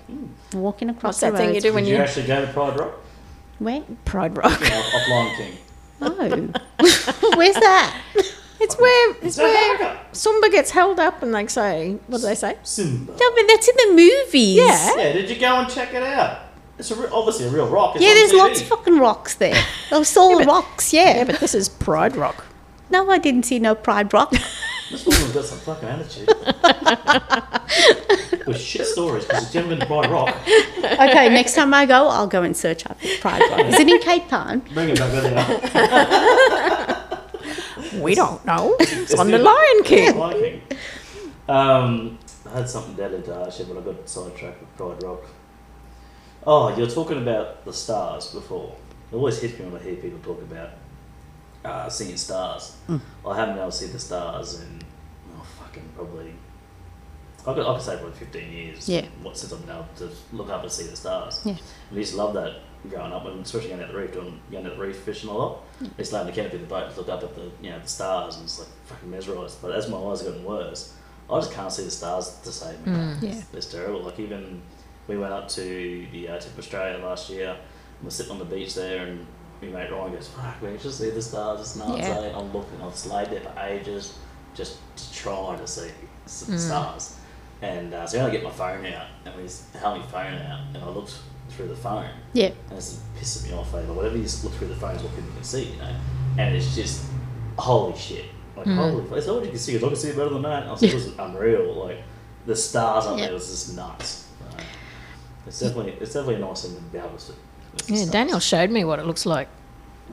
C: Walking across
D: What's that
C: the
D: thing you
C: road.
D: do when
A: Did you
D: you
A: actually go to Pride Rock?
C: Where?
D: Pride
C: (laughs)
D: Rock?
A: Yeah, off Lion King.
C: No. Oh. (laughs) Where's that?
D: It's where it's
A: South
D: where
A: Africa.
D: Sumba gets held up and they say what do they say?
A: Simba.
C: No, but that's in the movies.
D: Yeah.
A: Yeah, did you go and check it out? It's a re- obviously a real rock. It's
C: Yeah,
A: on
C: there's
A: TV.
C: lots of fucking rocks there. (laughs) I saw rocks, yeah.
D: Yeah, but this is Pride Rock.
C: no, I didn't see no pride (laughs) rock.
A: This woman's got some fucking
D: (laughs)
A: attitude. With shit stories because she's never been to Pride Rock.
C: okay, next time I go, I'll go and search up pride rock. Is it in Cape Town?
A: Bring it back with her.
D: We don't (laughs) know. It's on the Lion King.
A: Lion King. Um, I had something to add to Arsha, but I got sidetracked with Pride Rock. Oh, you're talking about the stars before. It always hits me when I hear people talk about uh, seeing
C: Hmm.
A: stars. I haven't been able to see the stars in, oh, fucking probably I could, I could say probably 15 years.
C: Yeah.
A: What since I've been able to look up and see the stars.
C: Yeah.
A: And I used to love that growing up, and especially going out the reef, doing going out the reef fishing a lot.
C: Hmm.
A: It's like in the canopy of the boat, look up at the you know the stars, and it's like fucking mesmerised. But as my eyes have gotten worse, I just can't see the stars the same. anymore.
C: Yeah.
A: It's terrible. Like even we went up to the uh, tip of Australia last year. and We're sitting on the beach there, and my mate Ryan goes, "Fuck, we can just see the stars. It's nuts."
C: Yeah.
A: eh?" I'm looking. I've laid there for ages, just to try to see s- the stars. And uh, so then I get my phone out, and we s- held my phone out, and I looked through the phone,
C: Yeah.
A: and it's pissing me off. Like, whatever you s- look through the phone is what people can see, you know. And it's just holy shit. Like
D: Mm.
A: holy, fuck, it's all you can see. 'cause I can see it better than that. I was like, it was unreal. Like the stars up
C: Yeah.
A: there was just nuts. Right? It's definitely it's definitely nice thing to be able to see. It's
D: Yeah,
A: just
D: Daniel
A: nuts.
D: showed me what it looks like.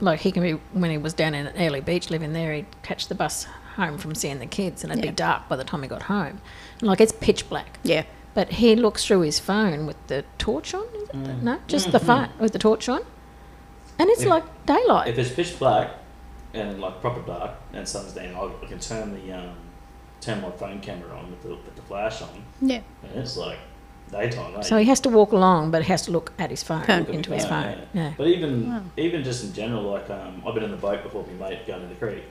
D: Like he can be when he was down in Early Beach living there, he'd catch the bus home from seeing the kids, and it'd
C: Yeah.
D: be dark by the time he got home. And like it's pitch black.
C: Yeah.
D: But he looks through his phone with the torch on. Is it? No, just the phone with the torch on, and it's
A: Yeah.
D: like daylight.
A: If it's pitch black and like proper dark and sun's down, I I can turn the um, turn my phone camera on with the with the flash on,
C: Yeah.
A: and it's like daytime. eh?
D: so he has to walk along, but he has to look at his phone
C: Phone.
D: into his phone. Yeah.
A: But even even just in general, like um, I've been in the boat before with my mate going to the creek,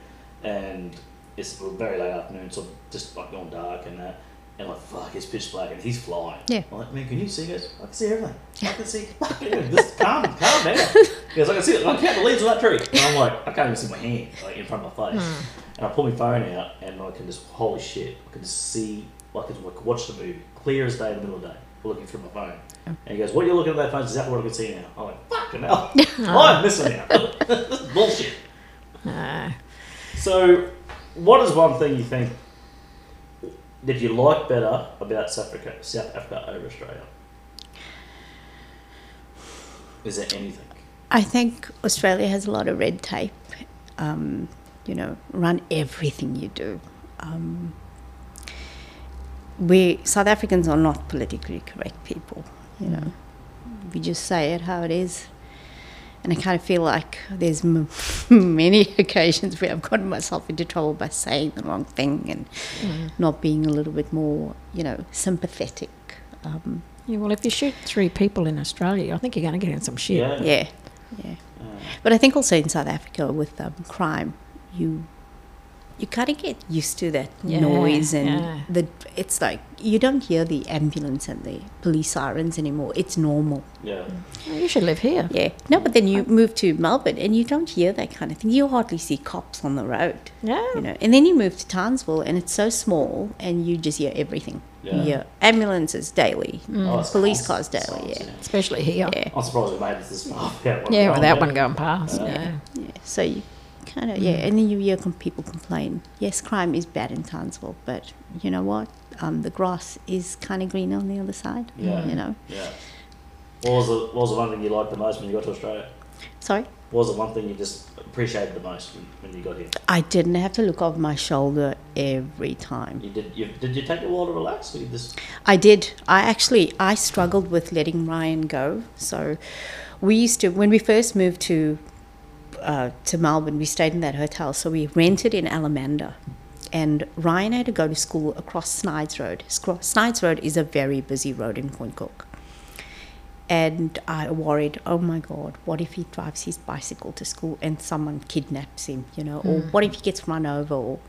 A: and it's very late afternoon, so just like gone dark and that. And like fuck, it's pitch black and he's flying.
C: Yeah.
A: I'm like, man, can you see this? I can see everything. I can see. fucking everything. Just calm, calm down. Because I can see. it. I can count the leaves of that tree. And I'm like, I can't even see my hand like in front of my face. And I pull my phone out and I can just holy shit, I can just see like it's like watch the movie clear as day in the middle of the day. Looking through my phone. And he goes, What you're looking at that phone is exactly what I can see now. I'm like, fucking hell. I'm missing out. (laughs) this is bullshit.
D: No.
A: So, what is one thing you think that you like better about South Africa, South Africa over Australia? Is there anything?
C: I think Australia has a lot of red tape. Um, you know, run everything you do. Um, we South Africans are not politically correct people. You know, we just say it how it is. And I kind of feel like there's m- (laughs) many occasions where I've gotten myself into trouble by saying the wrong thing and not being a little bit more, you know, sympathetic. Um,
D: Yeah, well, if you shoot three people in Australia, I think you're going to get in some shit.
A: Yeah. Uh,
C: yeah, yeah. But I think also in South Africa with um, crime, you you kind of get used to that
D: Yeah,
C: noise and
D: yeah.
C: the it's like you don't hear the ambulance and the police sirens anymore. It's normal.
A: Yeah.
D: You should live here.
C: Yeah. No, but then you move to Melbourne and you don't hear that kind of thing. You hardly see cops on the road.
D: Yeah.
C: You know, and then you move to Townsville, and it's so small, and you just hear everything.
A: Yeah.
C: You hear ambulances daily,
A: Oh, it's
C: police cars
A: constant
C: daily. Yeah.
A: sounds,
D: Especially here.
C: Yeah.
A: I'm surprised we made it this far. Yeah,
D: Yeah, with that one going past.
A: Yeah.
D: yeah.
C: Yeah, so you kind of yeah, and then you hear com- people complain. Yes, crime is bad in Townsville, but you know what? Um, the grass is kind of green on the other side.
A: Yeah.
C: You know.
A: Yeah. What was, the, what was the one thing you liked the most when you got to Australia?
C: Sorry,
A: What was the one thing you just appreciated the most when, when you got here?
C: I didn't have to look over my shoulder every time.
A: You did. You, did you take a while to relax? Or you just
C: I did. I actually I struggled with letting Ryan go. So we used to when we first moved to uh, to Melbourne, we stayed in that hotel. So we rented in Alamanda, and Ryan had to go to school across Snides Road. Scro- Snides Road is a very busy road in Coincook. And I worried, oh my God, what if he drives his bicycle to school and someone kidnaps him, you know, or what if he gets run over, or,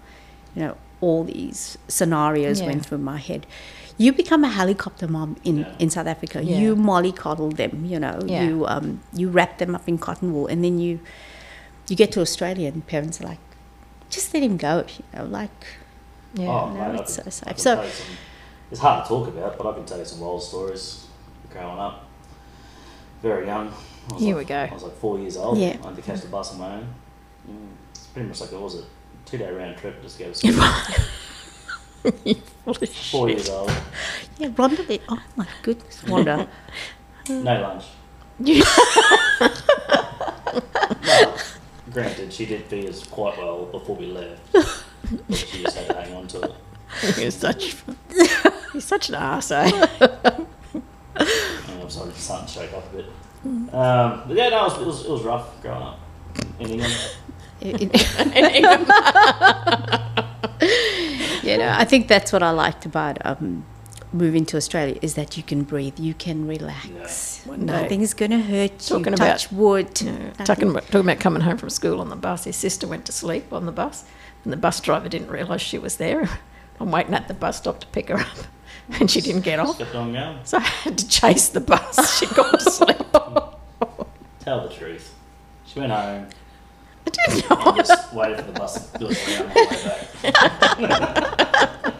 C: you know, all these scenarios
D: Yeah.
C: went through my head. You become a helicopter mom in,
A: Yeah.
C: in South Africa.
D: Yeah.
C: You mollycoddle them, you know,
D: Yeah.
C: you, um, you wrap them up in cotton wool and then you, you get to Australia and parents are like, just let him go, you know, like,
A: (laughs)
D: Yeah.
A: oh,
C: no,
A: mate, I
C: it's
A: could-
C: so
A: I
C: safe.
A: could
C: So-
A: tell you some- it's hard to talk about, but I can tell you some wild stories growing up. Very young. I was
D: Here
A: like-
D: we go.
A: I was like four years old.
C: Yeah.
A: I had to catch the bus on my own. Mm, it's pretty much like it was a two day round trip just to
C: (laughs)
A: go to school. four years old.
C: yeah, Rhonda, did- oh my goodness,
D: (laughs)
C: Rhonda.
A: No lunch. (laughs)
C: (laughs)
D: You-
A: No. Granted, she did feed us quite well before we left. But she just had to hang on to it.
D: You're such, (laughs) you're such an arse, eh?
A: And I'm sorry, it's starting to shake up a bit. Um, but yeah, no, it was, it was, it was rough growing up in England.
C: It- it-
D: (laughs)
C: you know, I think that's what I liked about um, moving to Australia is that you can breathe, you can relax. Nothing's going to hurt
D: Talking
C: you.
D: about-
C: Touch wood.
D: Yeah,
C: Nothing-
D: talking, about, talking about coming home from school on the bus, his sister went to sleep on the bus, and the bus driver didn't realise she was there. (laughs) I'm waiting at the bus stop to pick her up, (laughs) and she didn't get off.
A: Kept on going.
D: So I had to chase the bus. (laughs) She got to sleep. I
A: Tell the truth. She went home
D: didn't know.
A: and just waited for the bus to do it on the way back.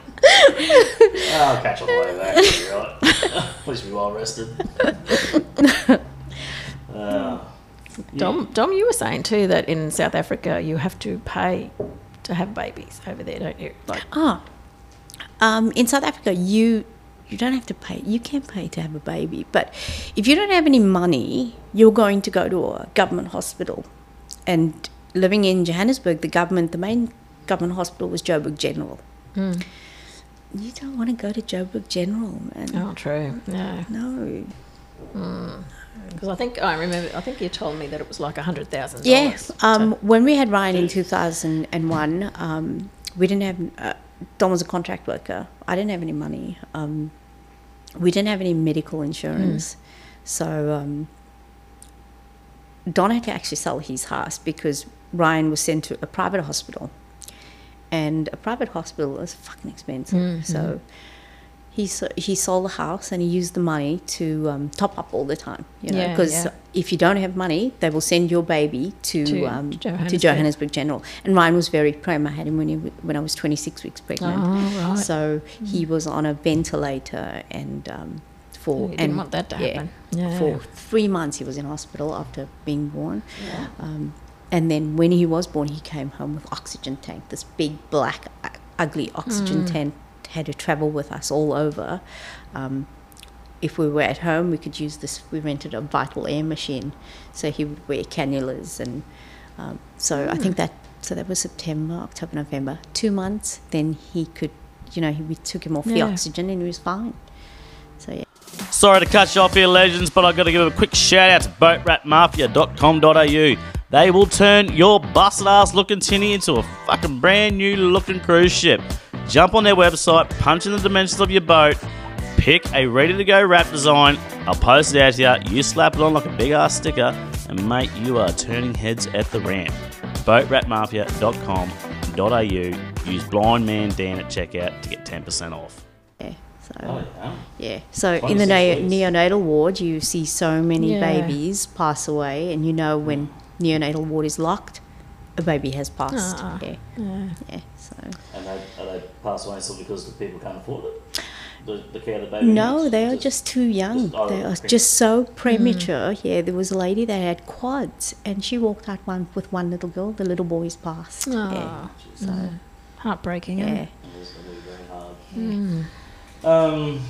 A: I'll catch on the way back. It'll be all right. (laughs) At least we well rested. Uh,
D: Dom, Dom, you were saying too that in South Africa you have to pay to have babies over there, don't you? Like,
C: Ah, um, in South Africa, you you don't have to pay. You can pay to have a baby, but if you don't have any money, you're going to go to a government hospital. And living in Johannesburg, the government, the main government hospital was Joburg General. You don't want to go to Joburg General, man.
D: oh, true. No,
C: No.
D: because I think I remember. I think you told me that it was like a hundred thousand.
C: Yes. Um, when we had Ryan in 2001, um, we didn't have, uh, Don was a contract worker. I didn't have any money. Um, we didn't have any medical insurance. So um, Don had to actually sell his house because Ryan was sent to a private hospital. And a private hospital is fucking expensive.
D: Mm-hmm.
C: So he, so- he sold the house and he used the money to um, top up all the time, you know,
D: Yeah,
C: because
D: yeah.
C: if you don't have money, they will send your baby to
D: To
C: to, um, to
D: Johannesburg.
C: Johannesburg General. And Ryan was very prim. I had him when, he, w- when I was 26 weeks pregnant.
D: Oh, right.
C: So he was on a ventilator and um, for
D: You didn't
C: and
D: want that to happen. Yeah.
C: for three months he was in hospital after being born. Um, and then when he was born, he came home with oxygen tank. This big black u- ugly oxygen
D: Mm.
C: tank had to travel with us all over. Um, if we were at home, we could use this. We rented a vital air machine, so he would wear cannulas, and um, so I
D: Mm.
C: think that. So that was September, October, November. Two months, then he could, you know, he, we took him off the
D: Yeah.
C: oxygen and he was fine. So yeah.
E: Sorry to cut you off here, legends, but I've got to give a quick shout out to boatratmafia.com.au. They will turn your busted ass looking tinny into a fucking brand new looking cruise ship. Jump on their website, punch in the dimensions of your boat, pick a ready to go wrap design. I'll post it out here. You slap it on like a big ass sticker, and mate, you are turning heads at the ramp. Boatratmafia.com.au. Use blind man Dan at checkout to get 10% off.
C: Yeah. So
A: oh, yeah.
C: yeah. So
A: Five
C: in
A: or
C: the
A: six
C: neo-
A: weeks.
C: neonatal ward, you see so many
D: Yeah.
C: babies pass away, and you know when neonatal ward is locked, a baby has passed.
D: Ah.
C: Yeah.
D: Yeah.
C: Yeah. So
A: And they, are they pass away simply because the people can't afford it? The, the care the baby
C: no,
A: needs?
C: they are just too young.
A: just- oh,
C: they are
A: premature.
C: just so
D: Mm.
C: premature. Yeah. There was a lady that had quads, and she walked out one with one little girl. The little boy's passed. Yeah.
D: Oh, heartbreaking.
C: Yeah.
D: Yeah.
A: It's gonna be very hard.
C: Hmm.
A: Um,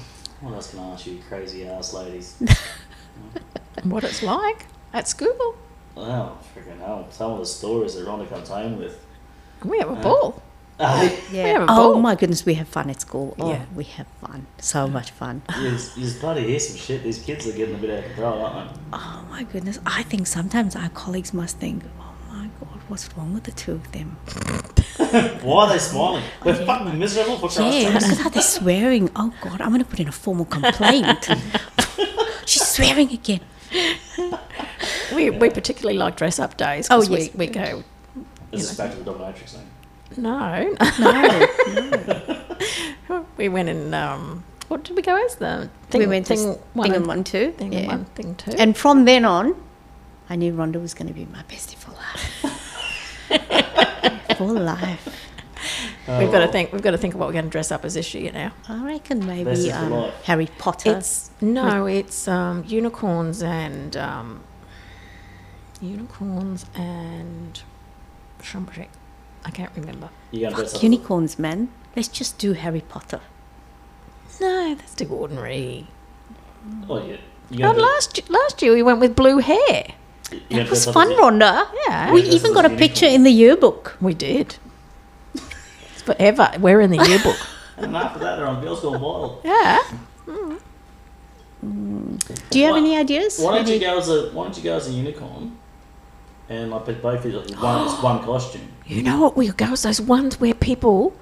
A: what else can I ask you, crazy ass ladies?
D: What it's like at school?
A: wow, freaking hell! Some of the stories that Rhonda comes home with.
D: We have a ball. We have a
C: Uh, Oh
D: ball.
C: my goodness, we have fun at school. Oh,
D: Yeah.
C: we have fun. So much fun.
A: You just- you just bloody hear some shit. These kids are getting a bit out of control, aren't they?
C: Oh my goodness. I think sometimes our colleagues must think, oh my God, what's wrong with the two of them?
A: Why are they smiling? They're fucking miserable for Christ's
C: Yeah,
A: sake.
C: look at (laughs) how they're swearing. Oh God, I'm going to put in a formal (laughs) complaint. She's swearing again.
D: We, we particularly like dress up days
C: Oh,
D: 'cause
C: yes.
D: we, we go,
A: This is back to the dominatrix thing.
D: no. (laughs)
C: (laughs) No.
D: we went and, um, what did we go as? The
C: we went to
D: thing
C: s-
D: one
C: Bingham
D: and-
C: 1 2.
D: Thing
C: yeah.
D: one, thing two.
C: And from then on, I knew Rhonda was going to be my bestie for (laughs) life. for life.
D: we've
A: Oh,
D: got to think. We've got to think of what we're going to dress up as this year now.
C: I reckon
A: Bestie
C: maybe
A: for
C: um,
A: life.
C: Harry Potter.
D: It's no, it's um, unicorns and um, unicorns and something. I can't remember.
A: You're gonna dress up.
C: unicorns, man. Let's just do Harry Potter.
D: No, that's too ordinary.
A: Oh, yeah. You're
D: Oh,
A: gonna,
D: last y- last year we went with blue hair.
A: you're gonna
C: That was
A: dress up
C: fun,
A: as a-
C: Rhonda.
D: Yeah,
C: We
A: this
C: even
A: is
C: got a
A: beautiful.
C: picture in the yearbook.
D: we did. It's forever. We're in the yearbook.
A: And after that, they're on Girls Gone Wild.
D: yeah.
C: Do you have
A: Why-
C: any ideas?
A: Why don't you
C: Any-
A: go as a Why don't you go as a unicorn? And like put both of you like in one,
D: (gasps)
A: it's one costume.
D: (laughs) You know what we go is those ones where people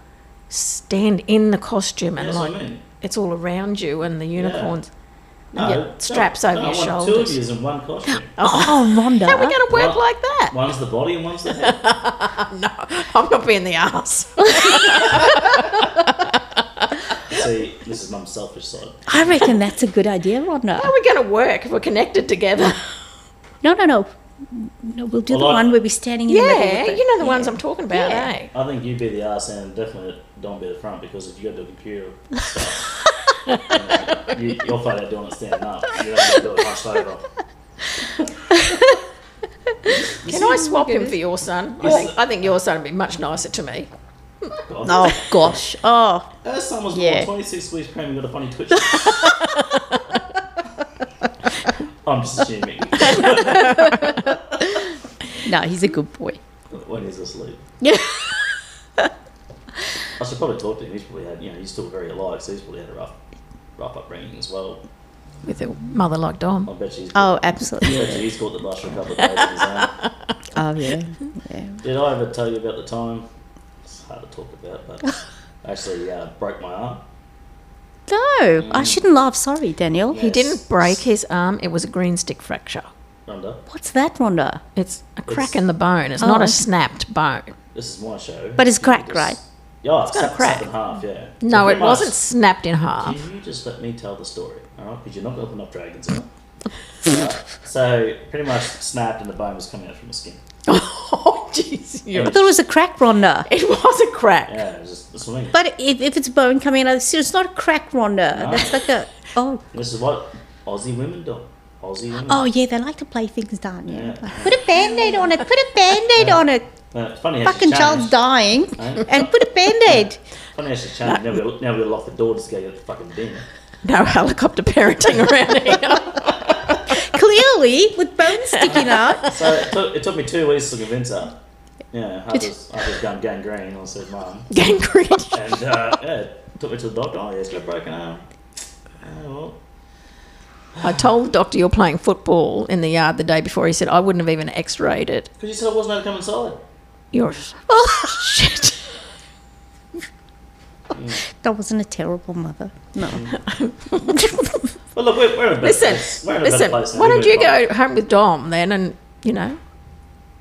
D: stand in the costume and
A: Yes,
D: like
A: I mean.
D: it's all around you and the unicorns.
A: No,
D: yeah, straps over
A: no,
D: your
A: I want Two of
D: shoulders.
A: yous in
D: (laughs)
A: one costume.
D: Oh,
C: Rhonda.
D: how are we going to work
A: Well-
D: like that?
A: One's the body and one's the
D: (laughs)
A: head.
D: No, I'm not being the ass.
A: See, this is my selfish side.
C: I reckon that's a good idea, Rhonda.
D: How are we going to work if we're
A: (laughs)
D: connected together?
C: No, no, no. No, we'll do
A: Well, I-
C: the one where we're standing in the middle.
D: yeah,
C: with it. (laughs)
D: you know the
C: Yeah.
D: ones I'm talking about,
C: Yeah.
D: eh?
A: I think you be the ass and definitely don't be the front because if you go to the computer, stuff, you, you'll find out doing it standing up. You don't have to do it hunched over.
D: Can I swap him for your son? I think, I think your son would be much nicer to me.
A: God,
F: Oh gosh. Oh,
A: As someone's
F: Yeah.
A: born 26 weeks pregnant got a funny
D: (laughs)
A: twitch. I'm just assuming.
F: no, he's a good boy.
A: when he's asleep.
F: Yeah.
A: I should probably talk to him. He's probably had, you know, he's still very alive, so he's probably had a rough, rough upbringing as well.
D: With a mother like Dom.
A: I bet you he's
F: Oh,
A: got, I
F: absolutely.
A: bet you he's got the blush for a couple of days on his own.
F: (laughs) Oh yeah. Yeah.
A: Did I ever tell you about the time? It's hard to talk about, but
D: (laughs)
A: I actually uh, broke my arm.
F: No, I shouldn't laugh. Sorry, Daniel.
D: He didn't break his arm, it was a green stick fracture.
A: Rhonda,
F: What's that, Rhonda?
D: It's a crack in the bone, it's not
F: Oh.
D: a snapped bone.
A: this is my show.
F: But it's cracked,
A: Just-
F: right?
A: Yeah, it's
D: got a
A: got
D: crack.
A: in half, yeah. So
D: No,
A: pretty
D: it wasn't
A: much-
D: snapped in half.
A: Can you just let me tell the story, alright? Because you're not going to open up dragons out. Alright, so, pretty much snapped and the bone was coming out from the skin.
D: (laughs) Oh, jeez.
A: Yeah,
F: I thought it was a crack, Rhonda.
D: It was a crack.
A: yeah it was just it's funny.
F: But if, if it's bone coming out, of the skin, it's not a crack, Rhonda.
A: No.
F: That's like a
A: (laughs)
F: oh
A: This is what Aussie women do. Aussie women.
C: Oh, yeah, they like to play things down, yeah.
A: Yeah.
C: Put a band aid on it. Put a band aid on it.
A: Uh, it's funny how
C: Fucking
A: she's changed.
C: child's dying.
A: eh?
C: And put a band
D: (laughs)
C: aid.
A: Funny how she's changed. Now we'll, now we'll lock the door just go get the fucking bin.
D: No helicopter parenting around here.
C: Clearly, with bones sticking out.
A: So it took, it took me two weeks to convince her. Yeah, I was, I was gone gangrene. I said, Mum.
D: Gangrene.
A: And uh, yeah, it took me to the doctor. Oh, yeah, it's got a broken arm. Oh, well.
D: I told the doctor you're playing football in the yard the day before. He said, I wouldn't have even x rayed it.
A: Because you said I wasn't allowed to come inside.
D: You're. Oh, shit.
C: That wasn't a terrible mother. No.
A: Well, look, we're, we're in a better
D: Listen,
A: place. We're in a
D: listen.
A: better place now.
D: Why
A: We
D: don't you
A: moved on.
D: go home with Dom then, and you know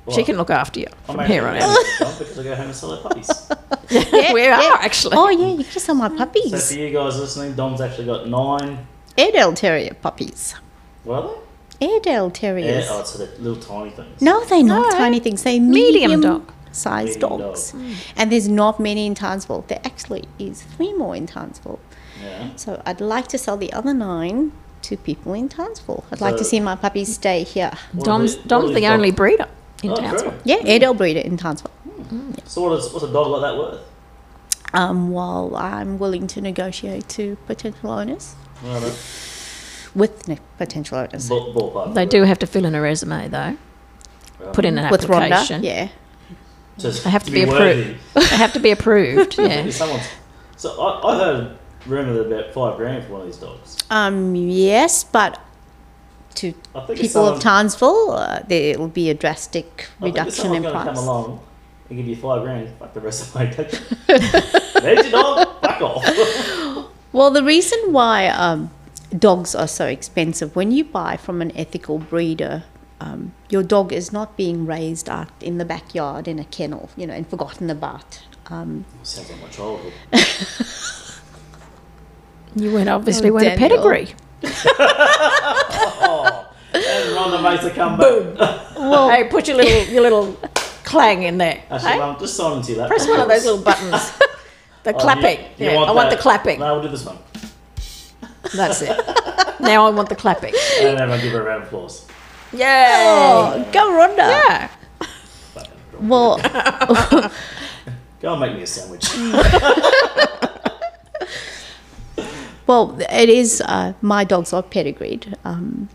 D: she
A: Well,
D: can look after you
A: I'm
D: from here on
A: actually
D: out.
A: gonna move on Because I go home and sell their puppies. so (laughs)
D: we are actually.
C: Oh, yeah, you could sell my
A: for
C: puppies.
A: you guys listening, Dom's actually got nine.
F: Airedale Terrier puppies.
A: What are
C: Airedale
A: they? Yeah,
C: terriers.
A: oh, so they're little tiny things.
C: No, they're not
D: No.
C: tiny things. They're
D: Medium
C: medium,
D: dog.
C: sized
A: Medium
C: dogs. And there's not many in Townsville. There actually is three more in Townsville.
A: Yeah.
C: So I'd like to sell the other nine to people in Townsville. I'd like to
A: So-
C: see my puppies stay here.
A: What are
D: Dom's
A: they- what are
D: Dom's
A: these
D: the only
A: dogs-
D: breeder in
A: Oh,
D: Townsville.
A: true.
C: Yeah, Airedale breeder in Townsville.
A: So what is, what's a dog like that worth?
C: Um, while I'm willing to negotiate to potential owners
A: Well, that's
C: with ne- potential owners.
A: ball- ballpark.
D: They do have to fill in a resume though. Put in an
C: With
D: application.
C: Rhonda, yeah.
A: Just
D: They have to be
A: worthy.
D: approved. They have
A: (laughs)
D: to be approved. Yeah.
A: If someone's- So I, I heard rumour that about five grand for one of these dogs.
C: Um, yes, but to
A: I think if
C: people
A: someone-
C: of Townsville, uh, there will be a drastic
A: I think if
C: reduction in
A: someone's gonna
C: price.
A: Come along and give you five grand. Fuck the rest of my
D: (laughs)
A: attention. There's your dog. Fuck off. (laughs)
C: Well, the reason why um, dogs are so expensive when you buy from an ethical breeder, um, your dog is not being raised out in the backyard in a kennel, you know, and forgotten about. Um,
A: Sounds like my childhood.
D: You went obviously went a
C: Daniel.
D: pedigree.
A: And Rhonda makes a comeback.
D: hey, put your little your little clang in there.
A: Actually,
D: hey?
A: Mum, just silence you. That
D: Press one of those
A: (laughs)
D: little buttons. The
A: Oh,
D: clapping.
A: you- you
D: yeah, I want
A: that?
D: the clapping.
A: No, we'll do this one. (laughs)
D: That's it. now I want the clapping.
A: And everyone give her a round of applause.
D: Yeah.
C: oh, go Rhonda!
D: Yeah.
A: Fucking dog.
C: Well,
A: Go and make me a sandwich.
C: well, it is. Uh, my dogs are pedigreed. Um,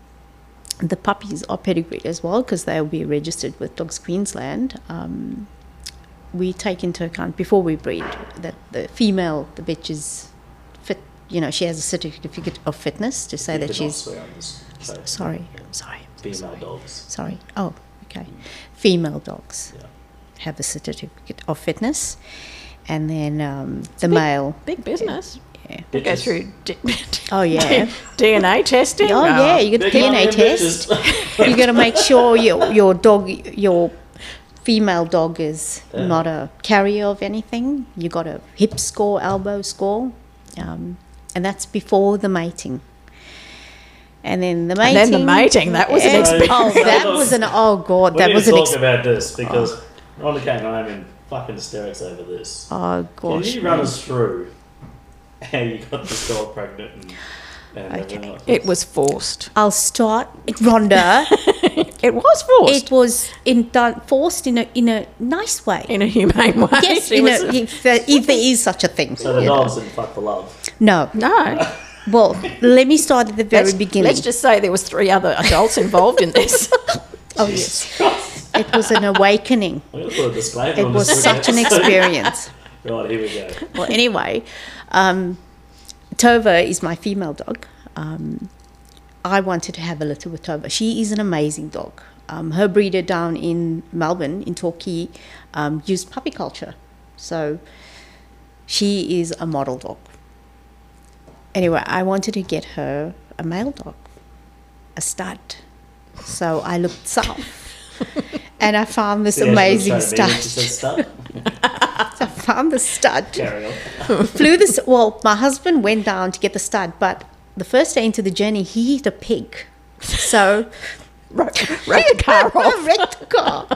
C: the puppies are pedigreed as well because they'll be registered with Dogs Queensland. Um, we take into account before we breed that the female, the bitch is fit. You know, she has a certificate of fitness to say
A: You
C: that
A: cannot
C: she's.
A: swear on this show.
C: Sorry, I'm sorry,
A: Female dogs.
C: sorry. Oh, okay. Female dogs
A: Yeah.
C: have a certificate of fitness, and then um, the male.
D: Big business.
C: yeah.
D: We go
A: Bitches.
D: through d- (laughs)
A: (laughs)
C: Oh yeah.
D: DNA testing.
C: Oh
D: No.
C: yeah, you
A: Big
C: got the DNA
A: mother
C: test.
A: bitches.
C: (laughs) you got to make sure your your dog, your female dog, is
A: Yeah.
C: not a carrier of anything. You got a hip score, elbow score, um, and that's before the mating. And then the mating.
D: then the mating, that was an
C: Yeah.
A: experience.
C: Oh, that was an oh god,
A: We
C: that
A: need
C: was
A: to
C: an
A: talk
C: ex-
A: about this because Rhonda came home in fucking hysterics over this.
C: oh
A: Can
C: gosh.
A: you run us through how you got this dog pregnant? And, and everything like that?
D: (laughs) It was forced.
C: I'll start,
A: (laughs)
C: Rhonda.
D: (laughs) It was forced
C: it was in, done, forced in a in a nice
A: (laughs)
C: way.
D: in a humane way.
C: yes,
D: She
C: in
D: was-
C: a, if, there- if there is such a thing.
A: So the
C: you know.
A: dogs didn't fuck for love.
C: No.
D: no.
C: Well, let me start at the very
D: Let's-
C: beginning.
D: Let's just say there was three other adults involved in (laughs) this.
C: Oh yes, it was an awakening.
A: I'm going to put a disclaimer
C: It
A: on
C: was
A: this. (laughs)
C: such an experience.
A: Right, here we go.
C: Well, anyway, um, Tova is my female dog. Um, I wanted to have a little with Tova. She is an amazing dog. Um, her breeder down in Melbourne, in Torquay, um, used puppy culture, so she is a model dog. Anyway, I wanted to get her a male dog, a stud. So I
A: (laughs)
C: looked south, and I found this
A: Yeah, she was
C: amazing
A: trying to be when
C: stud.
A: She said stud.
C: I (laughs) found the stud
A: Carry on.
C: flew this. Well, my husband went down to get the stud, but the first day into the journey, he hit a pig.
D: (laughs)
C: So (laughs)
D: Wrote, wrote the car off.
C: I wrecked the car,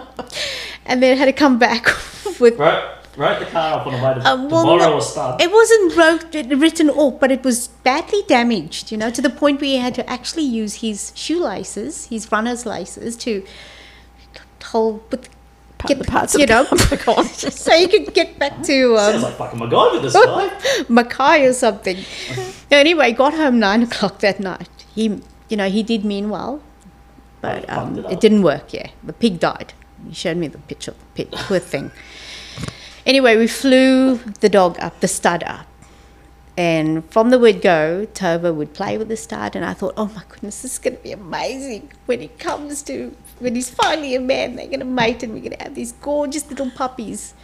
C: and then had to come back (laughs) with.
A: Wrote, wrote the car up on the way to,
C: uh, well,
A: to borrow
C: no,
A: a stud.
C: It wasn't wrote, written off, but it was badly damaged. You know, to the point where he had to actually use his shoelaces, his runner's laces, to hold with.
D: the parts (laughs) of
C: you
D: the
C: know,
D: car back on.
C: (laughs) so you could get back to um,
A: Sounds like fucking MacGyver,
C: Oh.
A: this guy.
C: (laughs) Mackay
A: (laughs)
C: or something. anyway, got home nine o'clock that night. He, you know, he did mean well, but
A: Oh, he
C: um,
A: fucked it
C: it,
A: up.
C: didn't work. Yeah, the pig died. He showed me the picture of the pig.
A: (laughs)
C: Poor thing. Anyway, we flew the dog up, the stud up. And from the word go, Tova would play with the stud, and I thought, oh my goodness, this is going to be amazing when it comes to when he's finally a man. They're going to mate, and we're going to have these gorgeous little puppies.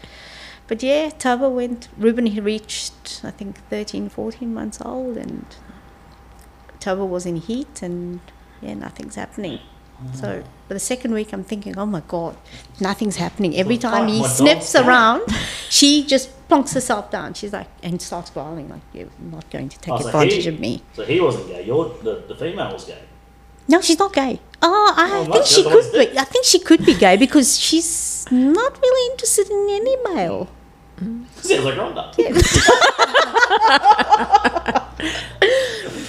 C: But yeah, Tava went, Ruben he reached, I think, 13, 14 months old, and Tava was in heat, and yeah, nothing's happening.
A: Mm.
C: So, but the second week, I'm thinking, oh my God, nothing's happening. Every
A: Well,
C: time
A: fuck,
C: he
A: "Oh, my
C: sniffs
A: dog's
C: around, she just plonks herself down. She's like, and starts growling, like, you're not going to take
A: Oh, so
C: advantage
A: he-
C: of me.
A: So he wasn't gay. Your, the, the female was gay.
C: No, she's not gay. Oh, I
A: Oh,
C: think
A: that's
C: she
A: the voice
C: could be. I think she could be gay because she's not really interested in any male.
A: Sounds like Rhonda.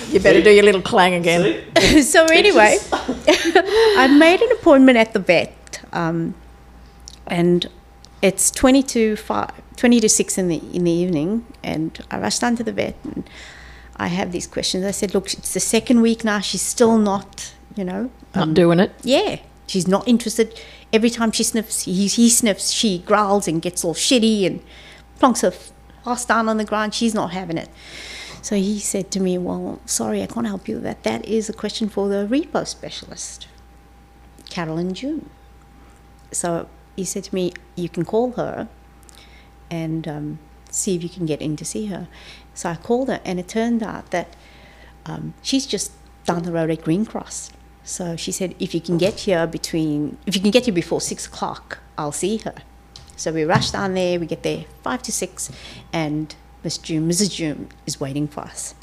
D: You better do your little clang again.
A: See?
C: (laughs) so anyway, (laughs) I made an appointment at the vet, um, and it's 20 to, five, 20 to 6 in the, in the evening, and I rushed down to the vet, and I have these questions. I said, look, it's the second week now, she's still not, you know,
D: Not doing it.
C: yeah, she's not interested. Every time she sniffs, he, he sniffs, she growls and gets all shitty and plonks her ass down on the ground. She's not having it. So he said to me, Well, sorry, I can't help you with that. That is a question for the repo specialist, Carolyn June. So he said to me, You can call her and um, see if you can get in to see her. So I called her, and it turned out that um, she's just down the road at Green Cross. So she said, if you can get here between, if you can get here before six o'clock, I'll see her. So we rush down there. We get there five to six, and Miss June, Mrs. June, is waiting for us.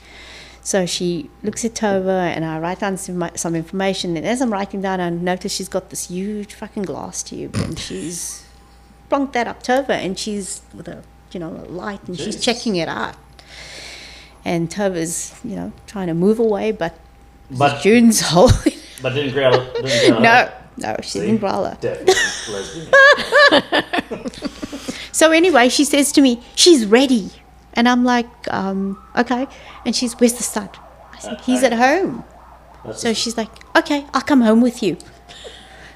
C: So she looks it over, and I write down some, mi- some information. And as I'm writing down, I notice she's got this huge fucking glass tube, and she's plunked that up to her, and she's with a you know a light, and she's
A: Jesus.
C: checking it out. And Tova's, you know, trying to move away, but
A: But,
C: June's whole. (laughs)
A: but didn't growl. Didn't growl
C: no, no, she
A: See?
C: didn't growler.
A: Definitely lesbian.
C: So anyway, she says to me, "She's ready," and I'm like, um, "Okay." And she's, "Where's the stud?" I said, "He's at home."
A: That's
C: So she's like, "Okay, I'll come home with you." (laughs)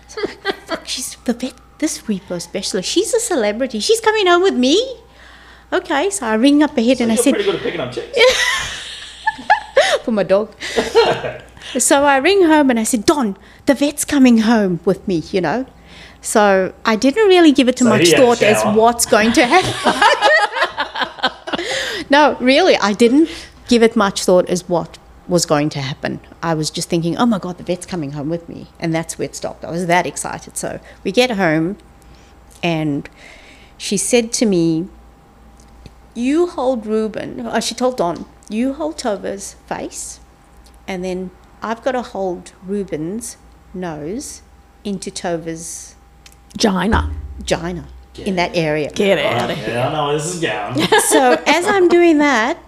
C: So I'm like, "Fuck, she's the vet. This repo specialist. She's a celebrity. She's coming home with me." Okay, so I ring up ahead and I
A: You're
C: said,
A: pretty good at picking up chicks.
C: for my dog. (laughs) so I ring home and I said, Don, the vet's coming home with me, you know. So I didn't really give it too
A: So
C: much
A: he had a
C: thought as
A: shower.
C: (laughs) what's going to happen. no, really, I didn't. give it much thought as what was going to happen. I was just thinking, oh my God, the vet's coming home with me. And that's where it stopped. I was that excited. So we get home, and she said to me, You hold Reuben, or she told Don, you hold Tova's face, and then I've got to hold Reuben's nose into Tova's
D: Gina,
C: vagina in that area.
D: get out of
A: Yeah, I know where this is going.
C: So as I'm doing that,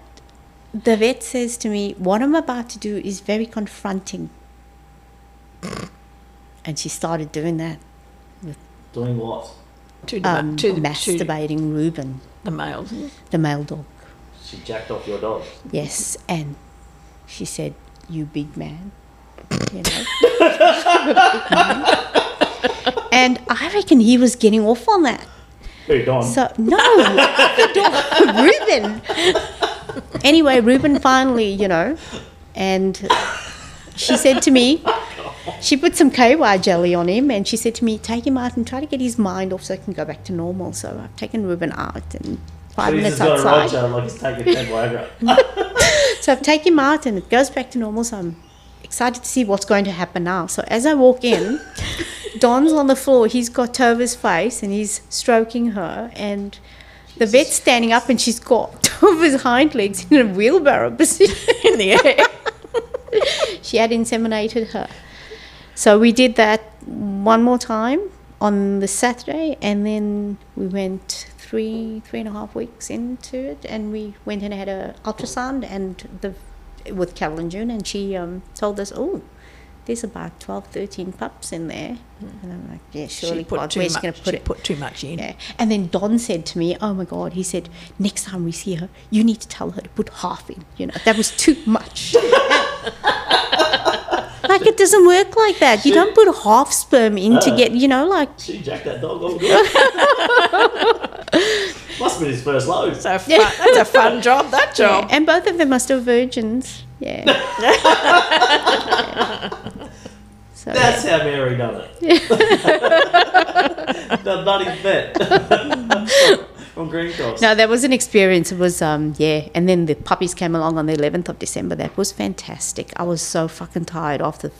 C: the vet says to me, What I'm about to do is very confronting. And she started doing that,
A: Doing what?
D: to the,
C: um,
D: to, the, to
C: masturbating Reuben,
D: the males.
C: the male dog.
A: She jacked off your dog.
C: Yes, and she said, "You big man," you know. and I reckon he was getting off on that.
A: Who, Don?
C: So no, the dog- (laughs) Reuben. Anyway, Reuben finally, you know, and she said to me, she put some KY jelly on him, and she said to me, "Take him out and try to get his mind off so he can go back to normal." So I've taken Reuben out and. Five
A: He's
C: minutes
A: just got a
C: outside.
A: Roger, like he's taking Ted Wagra.
C: (laughs) So I've taken him out and it goes back to normal. So I'm excited to see what's going to happen now. So as I walk in, Don's on the floor. He's got Tova's face and he's stroking her. And the vet's standing up and she's got (laughs) Tova's hind legs in a wheelbarrow position.
D: (laughs) in the air.
C: she had inseminated her. So we did that one more time on the Saturday, and then we went three three and a half weeks into it, and we went and had a ultrasound and the with Carolyn June, and she um, told us, oh. There's about 12, 13 pups in there. And I'm like, yeah, surely
D: She put
C: God,
D: too
C: where's
D: much.
C: she going to put
D: she
C: it?
D: put too much in.
C: Yeah. And then Don said to me, Oh my God, he said, Next time we see her, you need to tell her to put half in. You know, that was too much. (laughs) like, it doesn't work like that. You don't put half sperm in to get, you know, like,
A: She jacked that dog all
C: (laughs)
A: good. Must be his first load.
C: (laughs)
D: So fun, that's a fun job. That job.
C: and both of them are still virgins. Yeah. Yeah. So,
A: That's how Mary done it. (laughs) the bloody vet.
C: (laughs)
A: From Green Cross.
C: no, that was an experience. It was, um, yeah. And then the puppies came along on the 11th of December. That was fantastic. I was so fucking tired after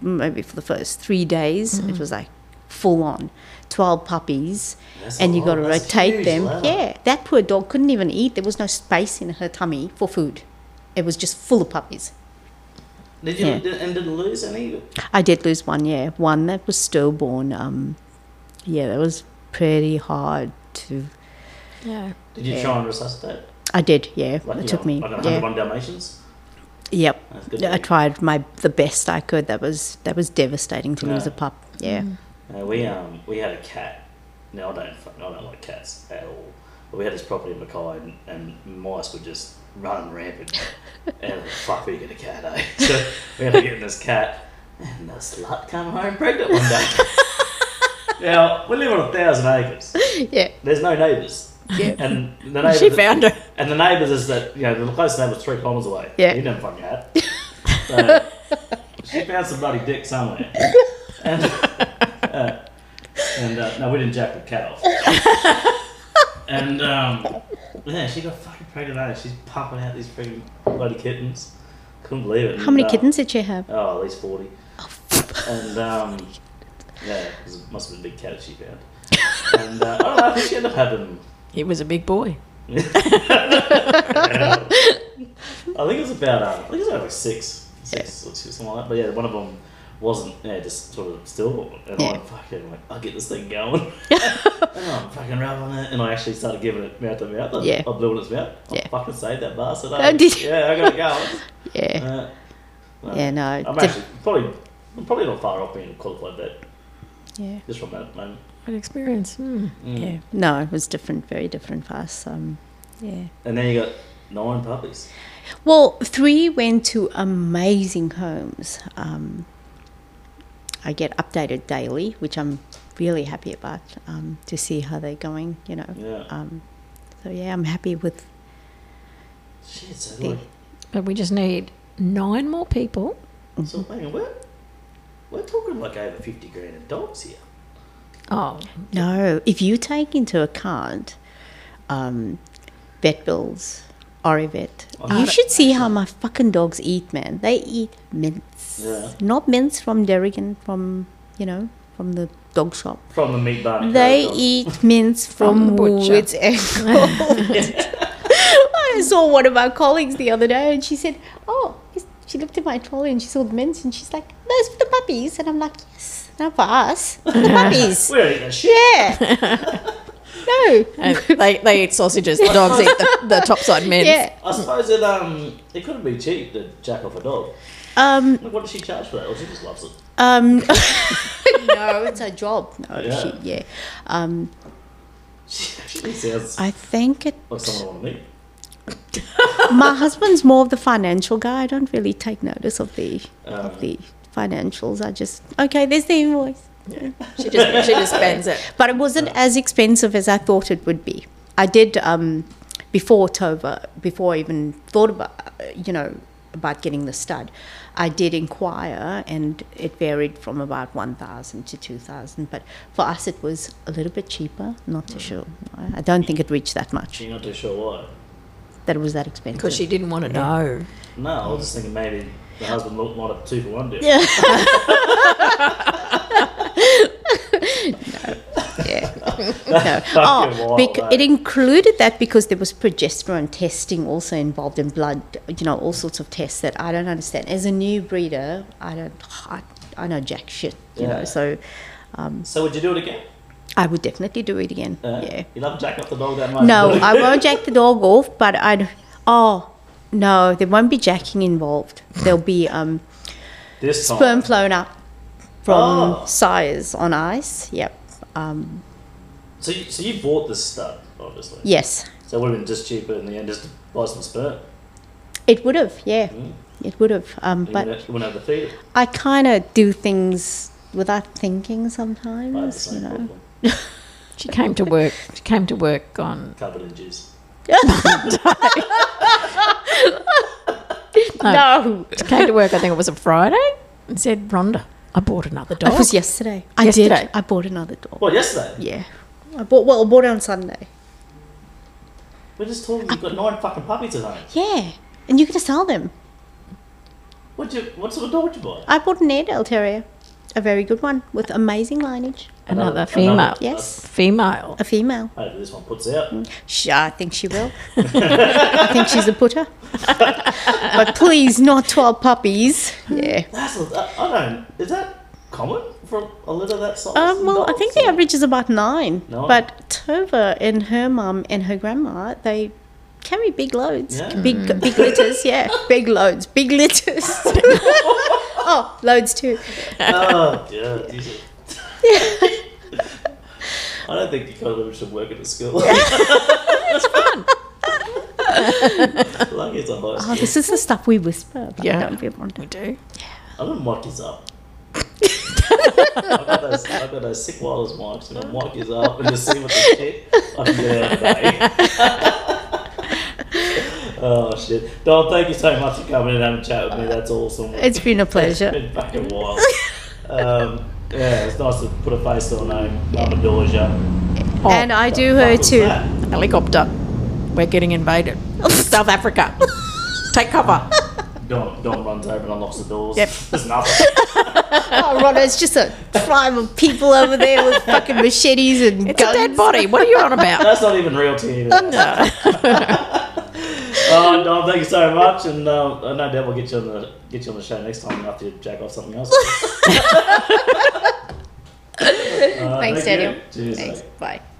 C: maybe for the first three days.
A: Mm-hmm.
C: It was like full on 12 puppies.
A: That's
C: and
A: a
C: you got to
A: lot. That's huge
C: rotate them.
A: ladder.
C: Yeah. That poor dog couldn't even eat. There was no space in her tummy for food. It was just full of puppies.
A: Did you,
C: Yeah.
A: did, and didn't lose any?
C: I did lose one, yeah. One that was stillborn. Um, yeah, that was pretty hard to.
D: Yeah.
A: Did you try and resuscitate?
C: I did, yeah.
A: Like,
C: it
A: you
C: took
A: know,
C: me.
A: Like
C: yeah.
A: 101 Dalmatians?
C: Yep.
A: That's good to
C: Yeah, I
A: hear.
C: tried my the best I could. That was that was devastating to lose
A: Yeah.
C: a pup. Yeah.
A: Uh, we um we had a cat. Now I don't fuck- I don't like cats at all. But we had this property in Mackay, and, and mice would just run rampant.
C: (laughs)
A: and fuck, we get a cat, eh? (laughs) So we ended up getting this cat, and the slut came home pregnant one
C: (laughs)
A: day. now we live on a thousand acres.
C: Yeah.
A: There's no neighbours.
C: Yeah.
A: And the neighbours.
D: She found her.
A: And the neighbours is that you know the closest neighbour was three kilometres away.
C: Yeah.
A: You never fucking
C: (laughs)
A: had. So, she found some bloody dick somewhere. And, uh, and uh, no, we didn't jack the cat off. and um, yeah, she got fucking pregnant. eh? She's pumping out these freaking bloody kittens. Couldn't believe it.
C: How many
A: And, uh,
C: kittens did you have?
A: Oh, at least forty. and
C: (laughs)
A: um, yeah, it was- must have been a big cat she found. And uh, I don't know. I think she ended up having
D: He was a big boy.
C: (laughs)
A: I think it was about uh, I think it was about like six, six or something like that. But yeah, one of them wasn't yeah, just sort of stillborn. And
C: Yeah.
A: I'm fucking like, I'll get this thing
C: (laughs)
A: going. (laughs) and I'm fucking rubbing it, and I actually started giving it mouth to mouth. and
C: Yeah.
A: I blew it in its mouth. I
C: Yeah.
A: fucking saved that bastard. eh?
C: Oh, did you?
A: Yeah, I got it
C: (laughs)
A: going.
C: Yeah.
A: Uh, no.
C: Yeah, no,
A: I'm
C: def-
A: actually probably I'm probably not far off being qualified that
C: Yeah.
A: just from that moment.
D: Good experience. Mm. Yeah.
C: No, it was different, very different for us. Um, yeah.
A: And then you got nine puppies.
C: Well, three went to amazing homes. Um, I get updated daily, which I'm really happy about um, to see how they're going. You know.
A: Yeah.
C: Um, so yeah, I'm happy with.
A: Shit, so like
D: But we just need nine more people.
A: so hang on, we're we're talking like over fifty grand of dogs here.
D: (laughs) Oh,
C: No, if you take into account um, vet bills, Orivet.
A: Oh,
C: you should see how my fucking dogs eat, man. They eat mints.
A: Yeah.
C: Not mints from Derrigan, from, you know, from the dog shop.
A: From the meat bar. to
C: They
A: Carrick.
C: eat mints from,
D: From the butcher. (laughs)
C: Woolworths and Coles. I saw one of our colleagues the other day and she said, Oh, is- she looked at my trolley and she saw the mints and she's like, Those for the puppies. And I'm like, Yes, not for us, for
A: (laughs)
C: the puppies.
A: We're eating shit.
C: yeah. (laughs) no.
D: And they, they eat sausages. The dogs eat the,
C: (laughs)
D: the topside mints.
C: Yeah.
A: I suppose it um it couldn't be cheap to jack off a dog.
C: Um,
A: Like, what does she charge for that? Or she just loves it. (laughs)
C: um, (laughs) no, it's her job. No,
A: Yeah.
C: she, yeah. Um,
A: She, she sounds
C: I think it
A: like someone I want to meet.
C: my husband's more of the financial guy. I don't really take notice of the
A: Ah.
C: of the financials. I just okay, there's the invoice.
D: She just she just spends it.
C: But it wasn't as expensive as I thought it would be. I did um, before Tova, before I even thought about you know about getting the stud. I did inquire, and it varied from about one thousand to two thousand. But for us, it was a little bit cheaper. Not too sure. I I don't think it reached that much.
A: She's not too sure why.
C: That it was that expensive.
D: Because she didn't want to know.
A: No, I was just thinking maybe the husband looked might have two for one deal.
C: No.
A: (laughs) Fucking
C: Oh,
A: wild,
C: bec-
A: eh?
C: it included that because there was progesterone testing also involved in blood, you know, all sorts of tests that I don't understand. As a new breeder, I don't, I, I know jack shit, you
A: Yeah.
C: know, so
A: So would you do it again?
C: I would definitely do it again.
A: Uh,
C: yeah.
A: You love jacking off the dog that much? (laughs)
C: No,
A: do you?
C: I won't jack the dog off, but I'd, oh, no, there won't be jacking involved. There'll be um,
A: this time.
C: sperm flown up from
A: Oh.
C: sires on ice. Yep. Um,
A: So you, so you bought this stud, obviously.
C: Yes.
A: So it would have been just cheaper in the end just to buy some sperm.
C: It would have, yeah.
A: Mm.
C: It would have.
A: You
C: Um, but.
A: wouldn't have- wouldn't have to feed it.
C: I kind of do things without thinking
A: I had the
C: sometimes, you
A: same
C: know.
A: problem.
D: She came to work. She came to work on.
A: Covered in juice.
D: uh,
C: Oh. No,
D: She (laughs) came to work. I think it was a Friday, and said, "Rhonda, I bought another dog."
C: it was yesterday. I
D: Yesterday?
C: did. I bought another dog.
A: Well, yesterday.
C: Yeah, I bought. Well, I bought it on Sunday.
A: We're just talking, you've
C: (laughs)
A: got nine fucking puppies at home.
C: Yeah, and you're gonna sell them.
A: What, you, what sort of dog would you buy?
C: I bought an Airedale Terrier, a very good one with amazing lineage.
D: another
A: Another-
D: female.
A: another-
C: Yes,
D: Female.
C: a female.
A: Hopefully this one puts out.
C: Sh I think she (laughs) will. I think she's a putter. but please, not twelve puppies. Yeah.
A: That's, a- I I don't, is that common for a litter that size?
C: Um, well, I think the average is about nine.
A: Nine.
C: But Tova and her mum and her grandma, they carry big loads,
A: Yeah.
C: big
D: Mm.
C: big litters.
D: (laughs)
C: Yeah, big loads, big litters. oh, loads too.
A: Oh, yeah.
C: (laughs)
A: Jesus. I don't think you kind should work at a
C: (laughs)
A: school. it's fun. (laughs) Lucky it's a high
C: Oh,
A: school.
C: this is the stuff we whisper about.
D: Yeah.
C: Don't we want
D: We do.
A: I don't mic his
C: (laughs)
A: up. I've got those, I've got those sick wireless mics and I mic his up and just see what the shit I can get out of
C: (laughs)
A: the day. oh shit. Don, thank you so much for coming and having a chat with me. That's awesome.
C: It's been a
A: It's
C: pleasure.
A: been
C: (laughs)
A: fucking wild. um, yeah, it's nice to put a face on eh? a mum adores you.
C: and I do her
A: Fuck was
C: too.
A: that?
D: Oh. Helicopter. We're getting (laughs) invaded. South (laughs) Africa. Take cover.
A: Don, Don runs over and unlocks the doors.
D: Yep.
A: There's nothing.
C: Oh, Ronna, it's just a tribe of people over there with fucking machetes and
D: It's a
C: guns.
D: dead body. What are you on about?
A: That's not even real to you. (laughs) oh, Don, thank you so much, and uh, no doubt we'll get you on the get you on the show next time after you jack off something else. Uh, thank you.
C: Thanks, Daniel.
A: Cheers.
C: Thanks.
A: mate.
C: Bye.